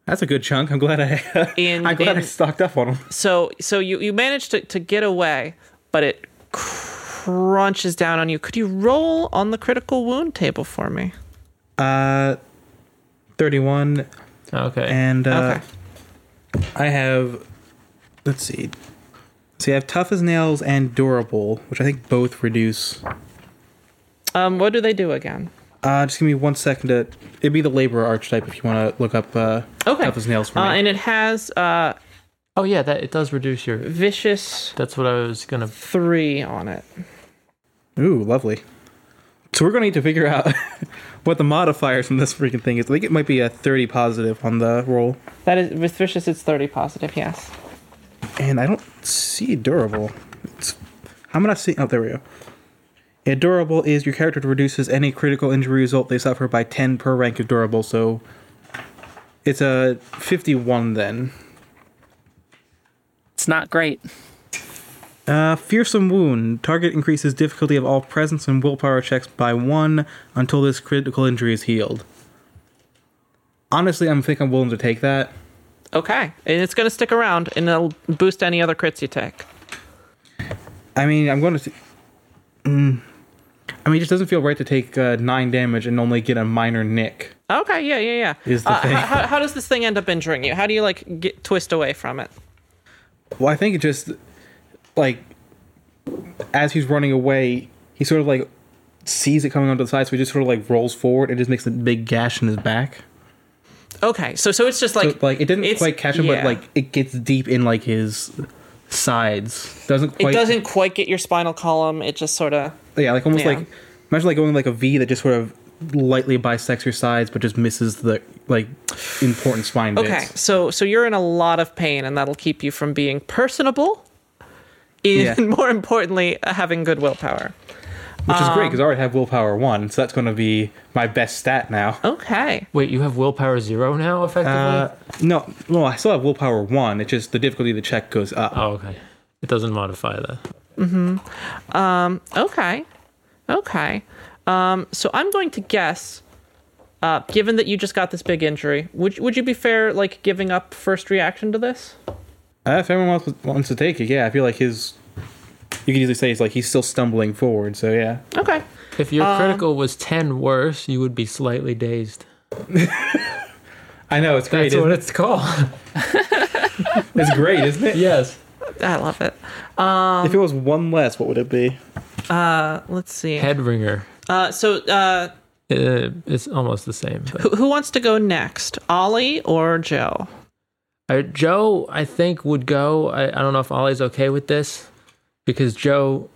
That's a good chunk. I'm glad I. In, I'm glad I in- stocked up on them. so so you you manage to to get away, but it crunches down on you. Could you roll on the critical wound table for me? Uh, 31, Okay. and uh, Okay. I have. Let's see. See, I have tough as nails and durable, which I think both reduce. Um, what do they do again? Uh, just give me one second to. It'd be the laborer archetype if you want to look up uh, Okay. tough as nails for me. Uh, and it has uh, oh yeah, that it does reduce your. vicious That's what I was gonna. three on it. Oh. Ooh, lovely. So we're gonna need to figure out what the modifiers from this freaking thing is. I think it might be a thirty positive on the roll, That is with vicious. It's thirty positive. Yes. and I don't see durable. It's, how am I not seeing? Oh, there we go. Yeah, durable is your character reduces any critical injury result they suffer by ten per rank of durable. So it's a fifty-one then. It's not great. Uh, fearsome wound. Target increases difficulty of all presence and willpower checks by one until this critical injury is healed. Honestly, I'm think I'm willing to take that. Okay, and it's gonna stick around, and it'll boost any other crits you take. I mean, I'm going to. Mm. I mean, it just doesn't feel right to take uh, nine damage and only get a minor nick. Okay, yeah, yeah, yeah. Is the Uh, thing. How, how, how does this thing end up injuring you? How do you like get twist away from it? Well, I think it just like as he's running away, he sort of like sees it coming onto the side, so he just sort of like rolls forward and just makes a big gash in his back. Okay, so so it's just So, like like, it didn't it's- quite catch him, yeah. but like it gets deep in like his sides. Doesn't it quite. doesn't quite get your spinal column. It just sort of Yeah, like almost Yeah. like imagine like going like a V that just sort of lightly bisects your sides, but just misses the like important spine bits. okay. So so you're in a lot of pain, and that'll keep you from being personable. Even Yeah. more importantly, uh, having good willpower. Which is great because I already have willpower one, so that's going to be my best stat now. Okay. Wait, you have willpower zero now, effectively? Uh, no, no, I still have willpower one. It's just the difficulty of the check goes up. oh, okay. It doesn't modify that. Okay. Okay. Um, so I'm going to guess, uh, given that you just got this big injury, would would you be fair like giving up first reaction to this? Uh, if everyone wants, wants to take it, yeah, I feel like his. You could easily say he's like he's still stumbling forward. So yeah, Okay. If your critical was 10 worse, you would be slightly dazed. I know it's great. That's what Isn't it? it's called. It's great, isn't it? yes. I love it. If it was one less, what would it be? Uh, Let's see. Head ringer. Uh, so uh, Uh, it's almost the same. but- who, who wants to go next, Ollie or Joe? Uh, Joe, I think, would go. I, I don't know if Ollie's okay with this because Joe,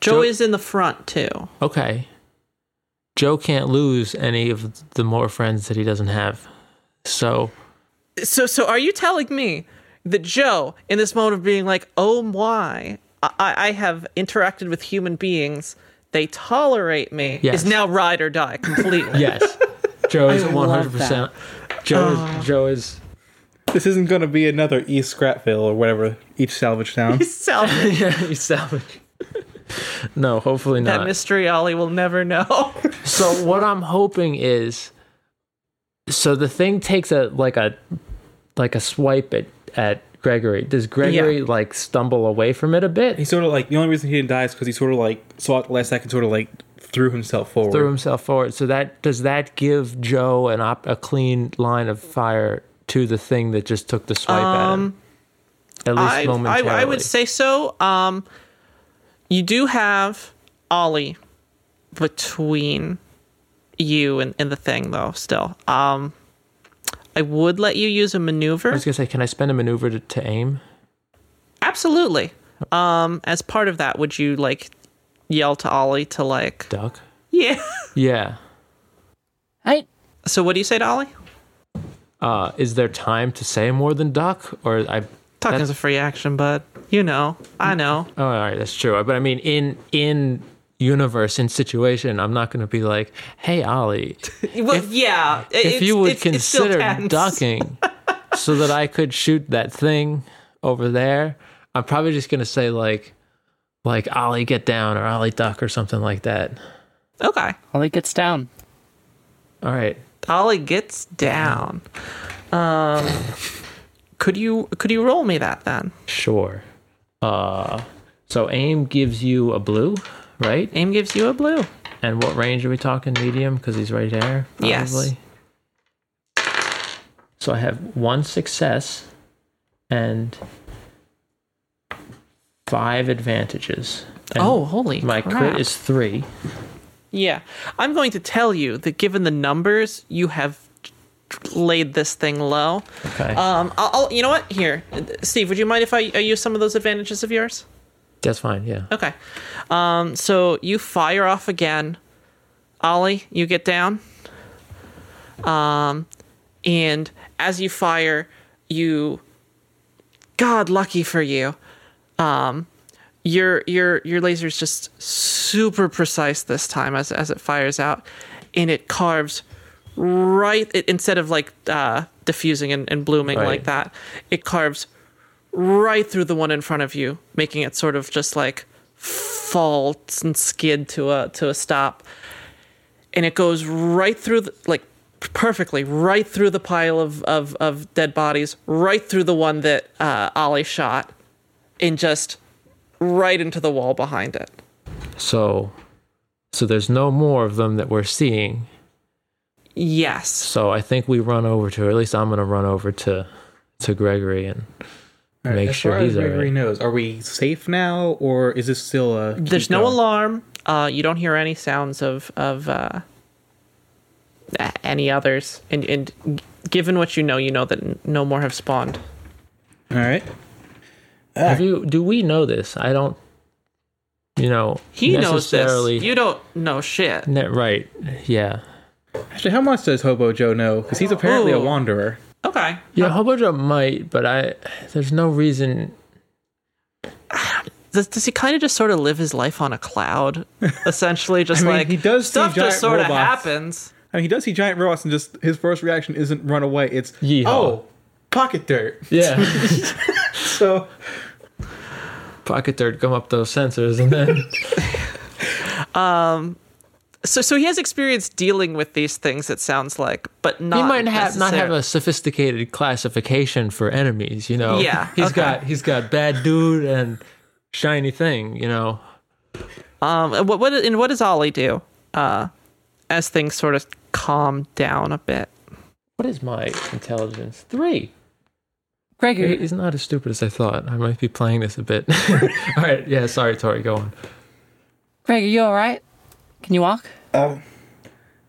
Joe, Joe- is in the front too. okay. Joe can't lose any of the more friends that he doesn't have. So, So so are you telling me that Joe, in this moment of being like, oh my, I, I have interacted with human beings, they tolerate me, Yes. is now ride or die completely? yes, Joe is love 100%. Joe is, Joe is, This isn't going to be another East Scrapville or whatever each salvage town. Salvage. yeah, he's salvaged. No, hopefully That not. mystery Ollie will never know. so what I'm hoping is so the thing takes a like a like a swipe at at Gregory. Does Gregory like stumble away from it a He bit? sort of like the only reason he didn't die is because he sort of like saw it at the last second, sort of like threw himself forward. Threw himself forward. So that does that give Joe an op, a clean line of fire to the thing that just took the swipe at him? At Um, least I, I, momentarily. I would say so. Um, you do have Ollie between you and, and the thing, though, still. Um, I would let you use a maneuver. I was gonna say, can I spend a maneuver to, to aim? Absolutely. Um, as part of that, would you like yell to Ollie to like, Duck. yeah? Yeah. I So what do you say to Ollie? Uh, is there time to say more than duck? Or I Talking is a free action, bud. You know, I know. Oh, all right, that's true. But I mean, in in universe, in situation, I'm not going to be like, "Hey, Ollie, Well, yeah. if you would consider ducking. ducking, so that I could shoot that thing over there," I'm probably just going to say like, "Like Ollie, get down," or "Ollie, duck," or something like that. Okay. Ollie gets down. All right, Ollie gets down. Um, could you could you roll me that then? sure. Uh, so aim gives you a blue, right? Aim gives you a blue. And what range are we talking? Medium, because he's right there. Probably. Yes. So I have one success and five advantages. And Oh, holy My crap. crit is three. Yeah, I'm going to tell you that given the numbers, you have laid this thing low. Okay. Um, I'll, I'll you know what? Here, Steve, would you mind if I, I use some of those advantages of yours? That's fine. Yeah. Okay. Um, so you fire off again. Ollie, you get down. Um, and as you fire, you God lucky for you. Um, your your your laser is just super precise this time as as it fires out, and it carves right it, instead of like uh, diffusing and, and blooming Right. like that. It carves right through the one in front of you, making it sort of just like fall and skid to a to a stop. And it goes right through the, like perfectly right through the pile of, of of dead bodies, right through the one that uh, Ollie shot, and just right into the wall behind it. So, so there's no more of them that we're seeing. Yes. So I think we run over to, or at least I'm gonna run over to, to Gregory and All right, make as sure far as he's all Gregory right. knows. Are we safe now, or is this still a? keep There's no going? alarm. Uh, you don't hear any sounds of of uh, a- any others. And, and g- given what you know, you know that n- no more have spawned. All right. Have you? Do we know this? I don't. You know, He knows this. necessarily- You don't know shit. Ne- right? Yeah. Actually, how much does Hobo Joe know? Because he's apparently a Ooh. wanderer. Okay. Yeah, Hobojo might, but I. There's no reason. Does, does he kind of just sort of live his life on a cloud? Essentially, just I mean, like he does see stuff giant just sort of robots. happens. I mean, he does see giant robots, and just his first reaction isn't run away. It's Yeehaw. oh, pocket dirt. Yeah. So Pocket dirt come up those sensors, and then So, so he has experience dealing with these things. It sounds like, but not he might have not have necessarily- a sophisticated classification for enemies. You know. Yeah, He's okay. got he's got bad dude and shiny thing. You know. Um, what what and what does Ollie do? Uh, as things sort of calm down a bit. What is my intelligence? Three. Gregory, It's not as stupid as I thought. I might be playing this a bit. All right. Yeah. Sorry, Tori. Go on. Greg, are you all right? Can you walk?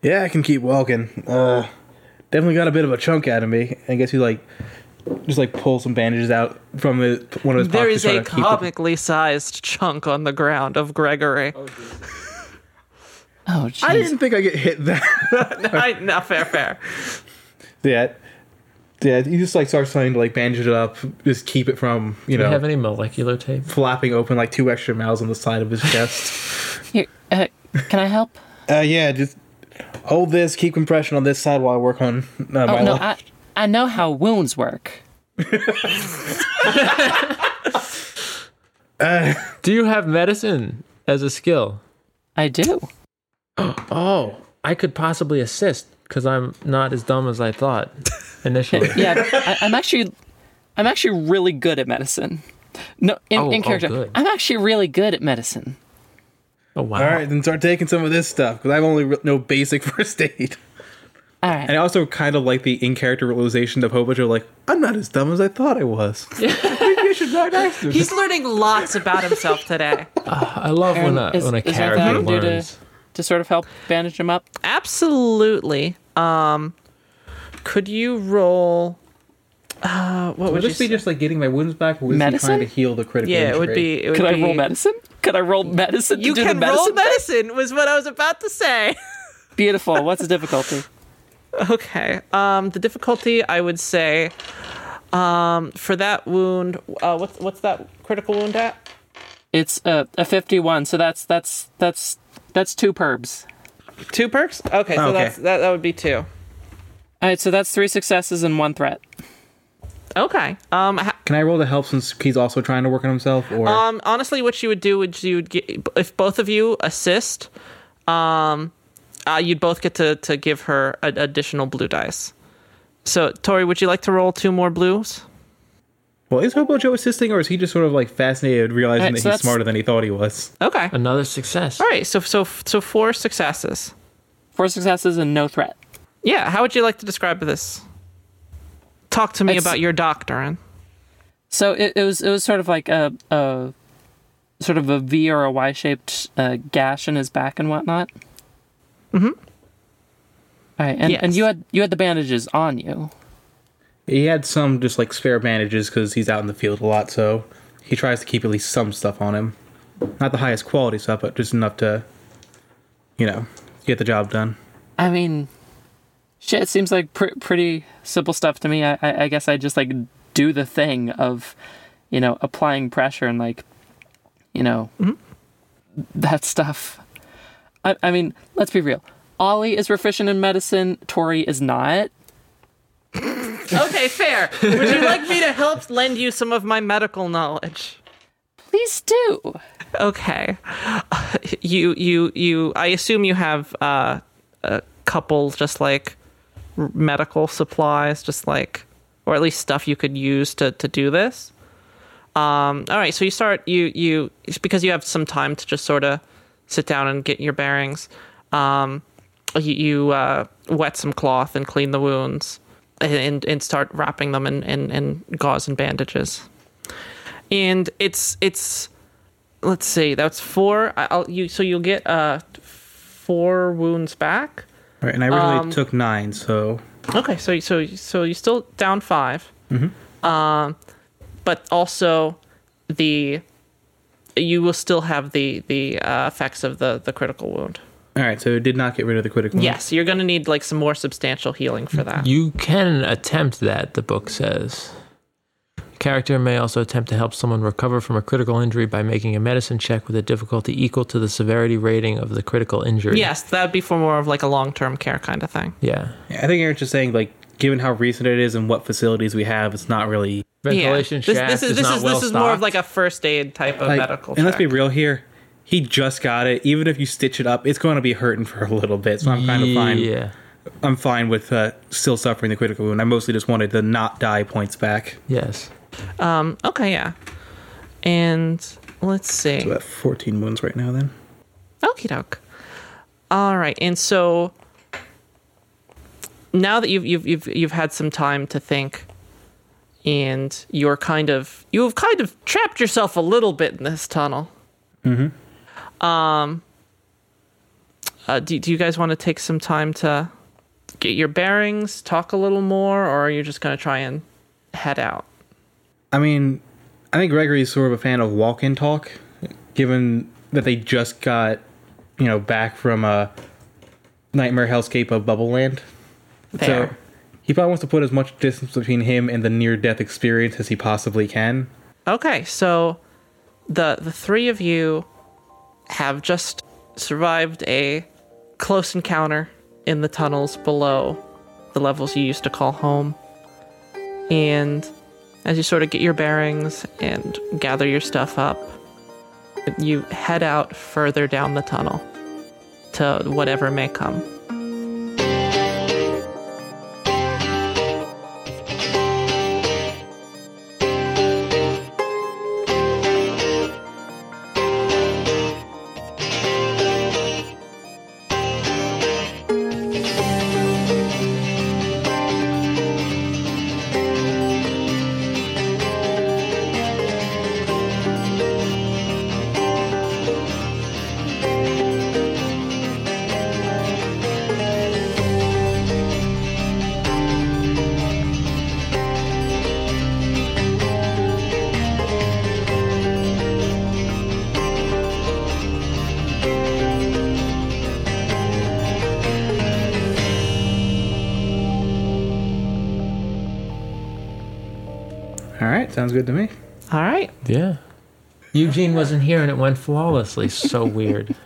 yeah, I can keep walking. Uh, definitely got a bit of a chunk out of me. I guess he like just like pull some bandages out from the, one of his pockets. There to is try a to keep it- comically sized chunk on the ground of Gregory. Oh, I jeez. didn't think I get hit that. I, no, fair, fair. yeah. Yeah, he just like starts trying to like bandage it up, just keep it from you Do you know have any molecular tape? flapping open like two extra mouths on the side of his chest. Here, uh, can I help? uh, yeah, just hold this, keep compression on this side while I work on uh, Oh, my no, lung. I, I know how wounds work. Do you have medicine as a skill? I do. Oh, I could possibly assist because I'm not as dumb as I thought initially. Yeah, I, I'm actually, I'm actually really good at medicine. No, in, Oh, in oh, character, good. I'm actually really good at medicine. Oh wow! All right, then start taking some of this stuff because I've only re- know basic first aid. All right. And I also kind of like the in character realization of Hobojo, like I'm not as dumb as I thought I was. Maybe I should not ask this. He's learning lots about himself today. I love when a Aaron, is- when a is there anything I character can do to- learns. to sort of help bandage him up. Absolutely. Um, could you roll? Uh, what would Would you this be say? just like getting my wounds back? Or was he Medicine? trying to heal the critical? Yeah, it would injury? be. It would Could I roll be- medicine? Could I roll medicine to You do can the medicine? roll thing? medicine. Was what I was about to say. Beautiful. What's the difficulty? Okay. Um, the difficulty I would say, um, for that wound, uh, what's what's that critical wound at? It's a, a 51. So that's that's that's that's two perbs. Two perks. Okay, so Okay. that's that. That would be two. All right. So that's three successes and one threat. Okay. Um, ha- Can I roll to help since he's also trying to work on himself? Or um, honestly, what you would do would you would get, if both of you assist, um, uh, you'd both get to to give her a, additional blue dice. So, Tori, would you like to roll two more blues? well, is Hobojo assisting, or is he just sort of like fascinated, realizing Alright, so that he's that's- smarter than he thought he was? Okay. All Another success. right. So so so four successes. Four successes and no threat. Yeah. How would you like to describe this? Talk to me It's- about your doctrine. So it, it was it was sort of like a, a sort of a V or a Y shaped uh, gash in his back and whatnot. Mm-hmm. All right. And, and Yes. you had you had the bandages on you. He had some just like spare bandages because he's out in the field a lot, so he tries to keep at least some stuff on him. Not the highest quality stuff, but just enough to, you know, get the job done. I mean, shit. It seems like pr- pretty simple stuff to me. I, I, I guess I just like do the thing of, you know, applying pressure and like, you know, that stuff. I, I mean, let's be real. Ollie is proficient in medicine. Tori is not. Okay, fair. Would you like me to help lend you some of my medical knowledge? Please do. Okay. You you you I assume you have uh, a couple just like r- medical supplies just like or at least stuff you could use to to do this. Um all right, so you start you you because you have some time to just sort of sit down and get your bearings. Um you, you uh, wet some cloth and clean the wounds and, and start wrapping them in, in, in gauze and bandages. And it's it's let's see, that's four. I- I'll you so you'll get uh four wounds back. All right, and I really took nine, so Okay, so so so you're still down 5 Um, but also the you will still have the the uh, effects of the the critical wound. all right, so it did not get rid of the critical. wound. Yes, you're going to need like some more substantial healing for that. You can attempt that, the book says. Character may also attempt to help someone recover from a critical injury by making a medicine check with a difficulty equal to the severity rating of the critical injury. Yes, that would be for more of like a long term care kind of thing. Yeah. I think Aaron's just saying like, given how recent it is and what facilities we have, it's not really Ventilation This, shaft this is, is, this not is well this is more of stocked. like a first aid type of like, medical. And let's be check. real here, he just got it. Even if you stitch it up, it's going to be hurting for a little bit. So I'm kind of fine. Yeah. I'm fine with uh, still suffering the critical wound. I mostly just wanted the not die points back. Yes. um okay, yeah. And let's see. So at 14 wounds right now, then. Okie doke. All right, and so now that you've you've you've you've had some time to think, and you're kind of you have kind of trapped yourself a little bit in this tunnel. Mm-hmm. Um. Uh, do do you guys want to take some time to get your bearings, talk a little more, or are you just going to try and head out? I mean, I think Gregory's sort of a fan of walk and talk, given that they just got, you know, back from a nightmare hellscape of Bubble Land. So Fair. he probably wants to put as much distance between him and the near death experience as he possibly can. Okay, so the the three of you have just survived a close encounter in the tunnels below the levels you used to call home. And as you sort of get your bearings and gather your stuff up, you head out further down the tunnel to whatever may come. All right, sounds good to me. All right. Yeah. Eugene wasn't here and it went flawlessly. So weird.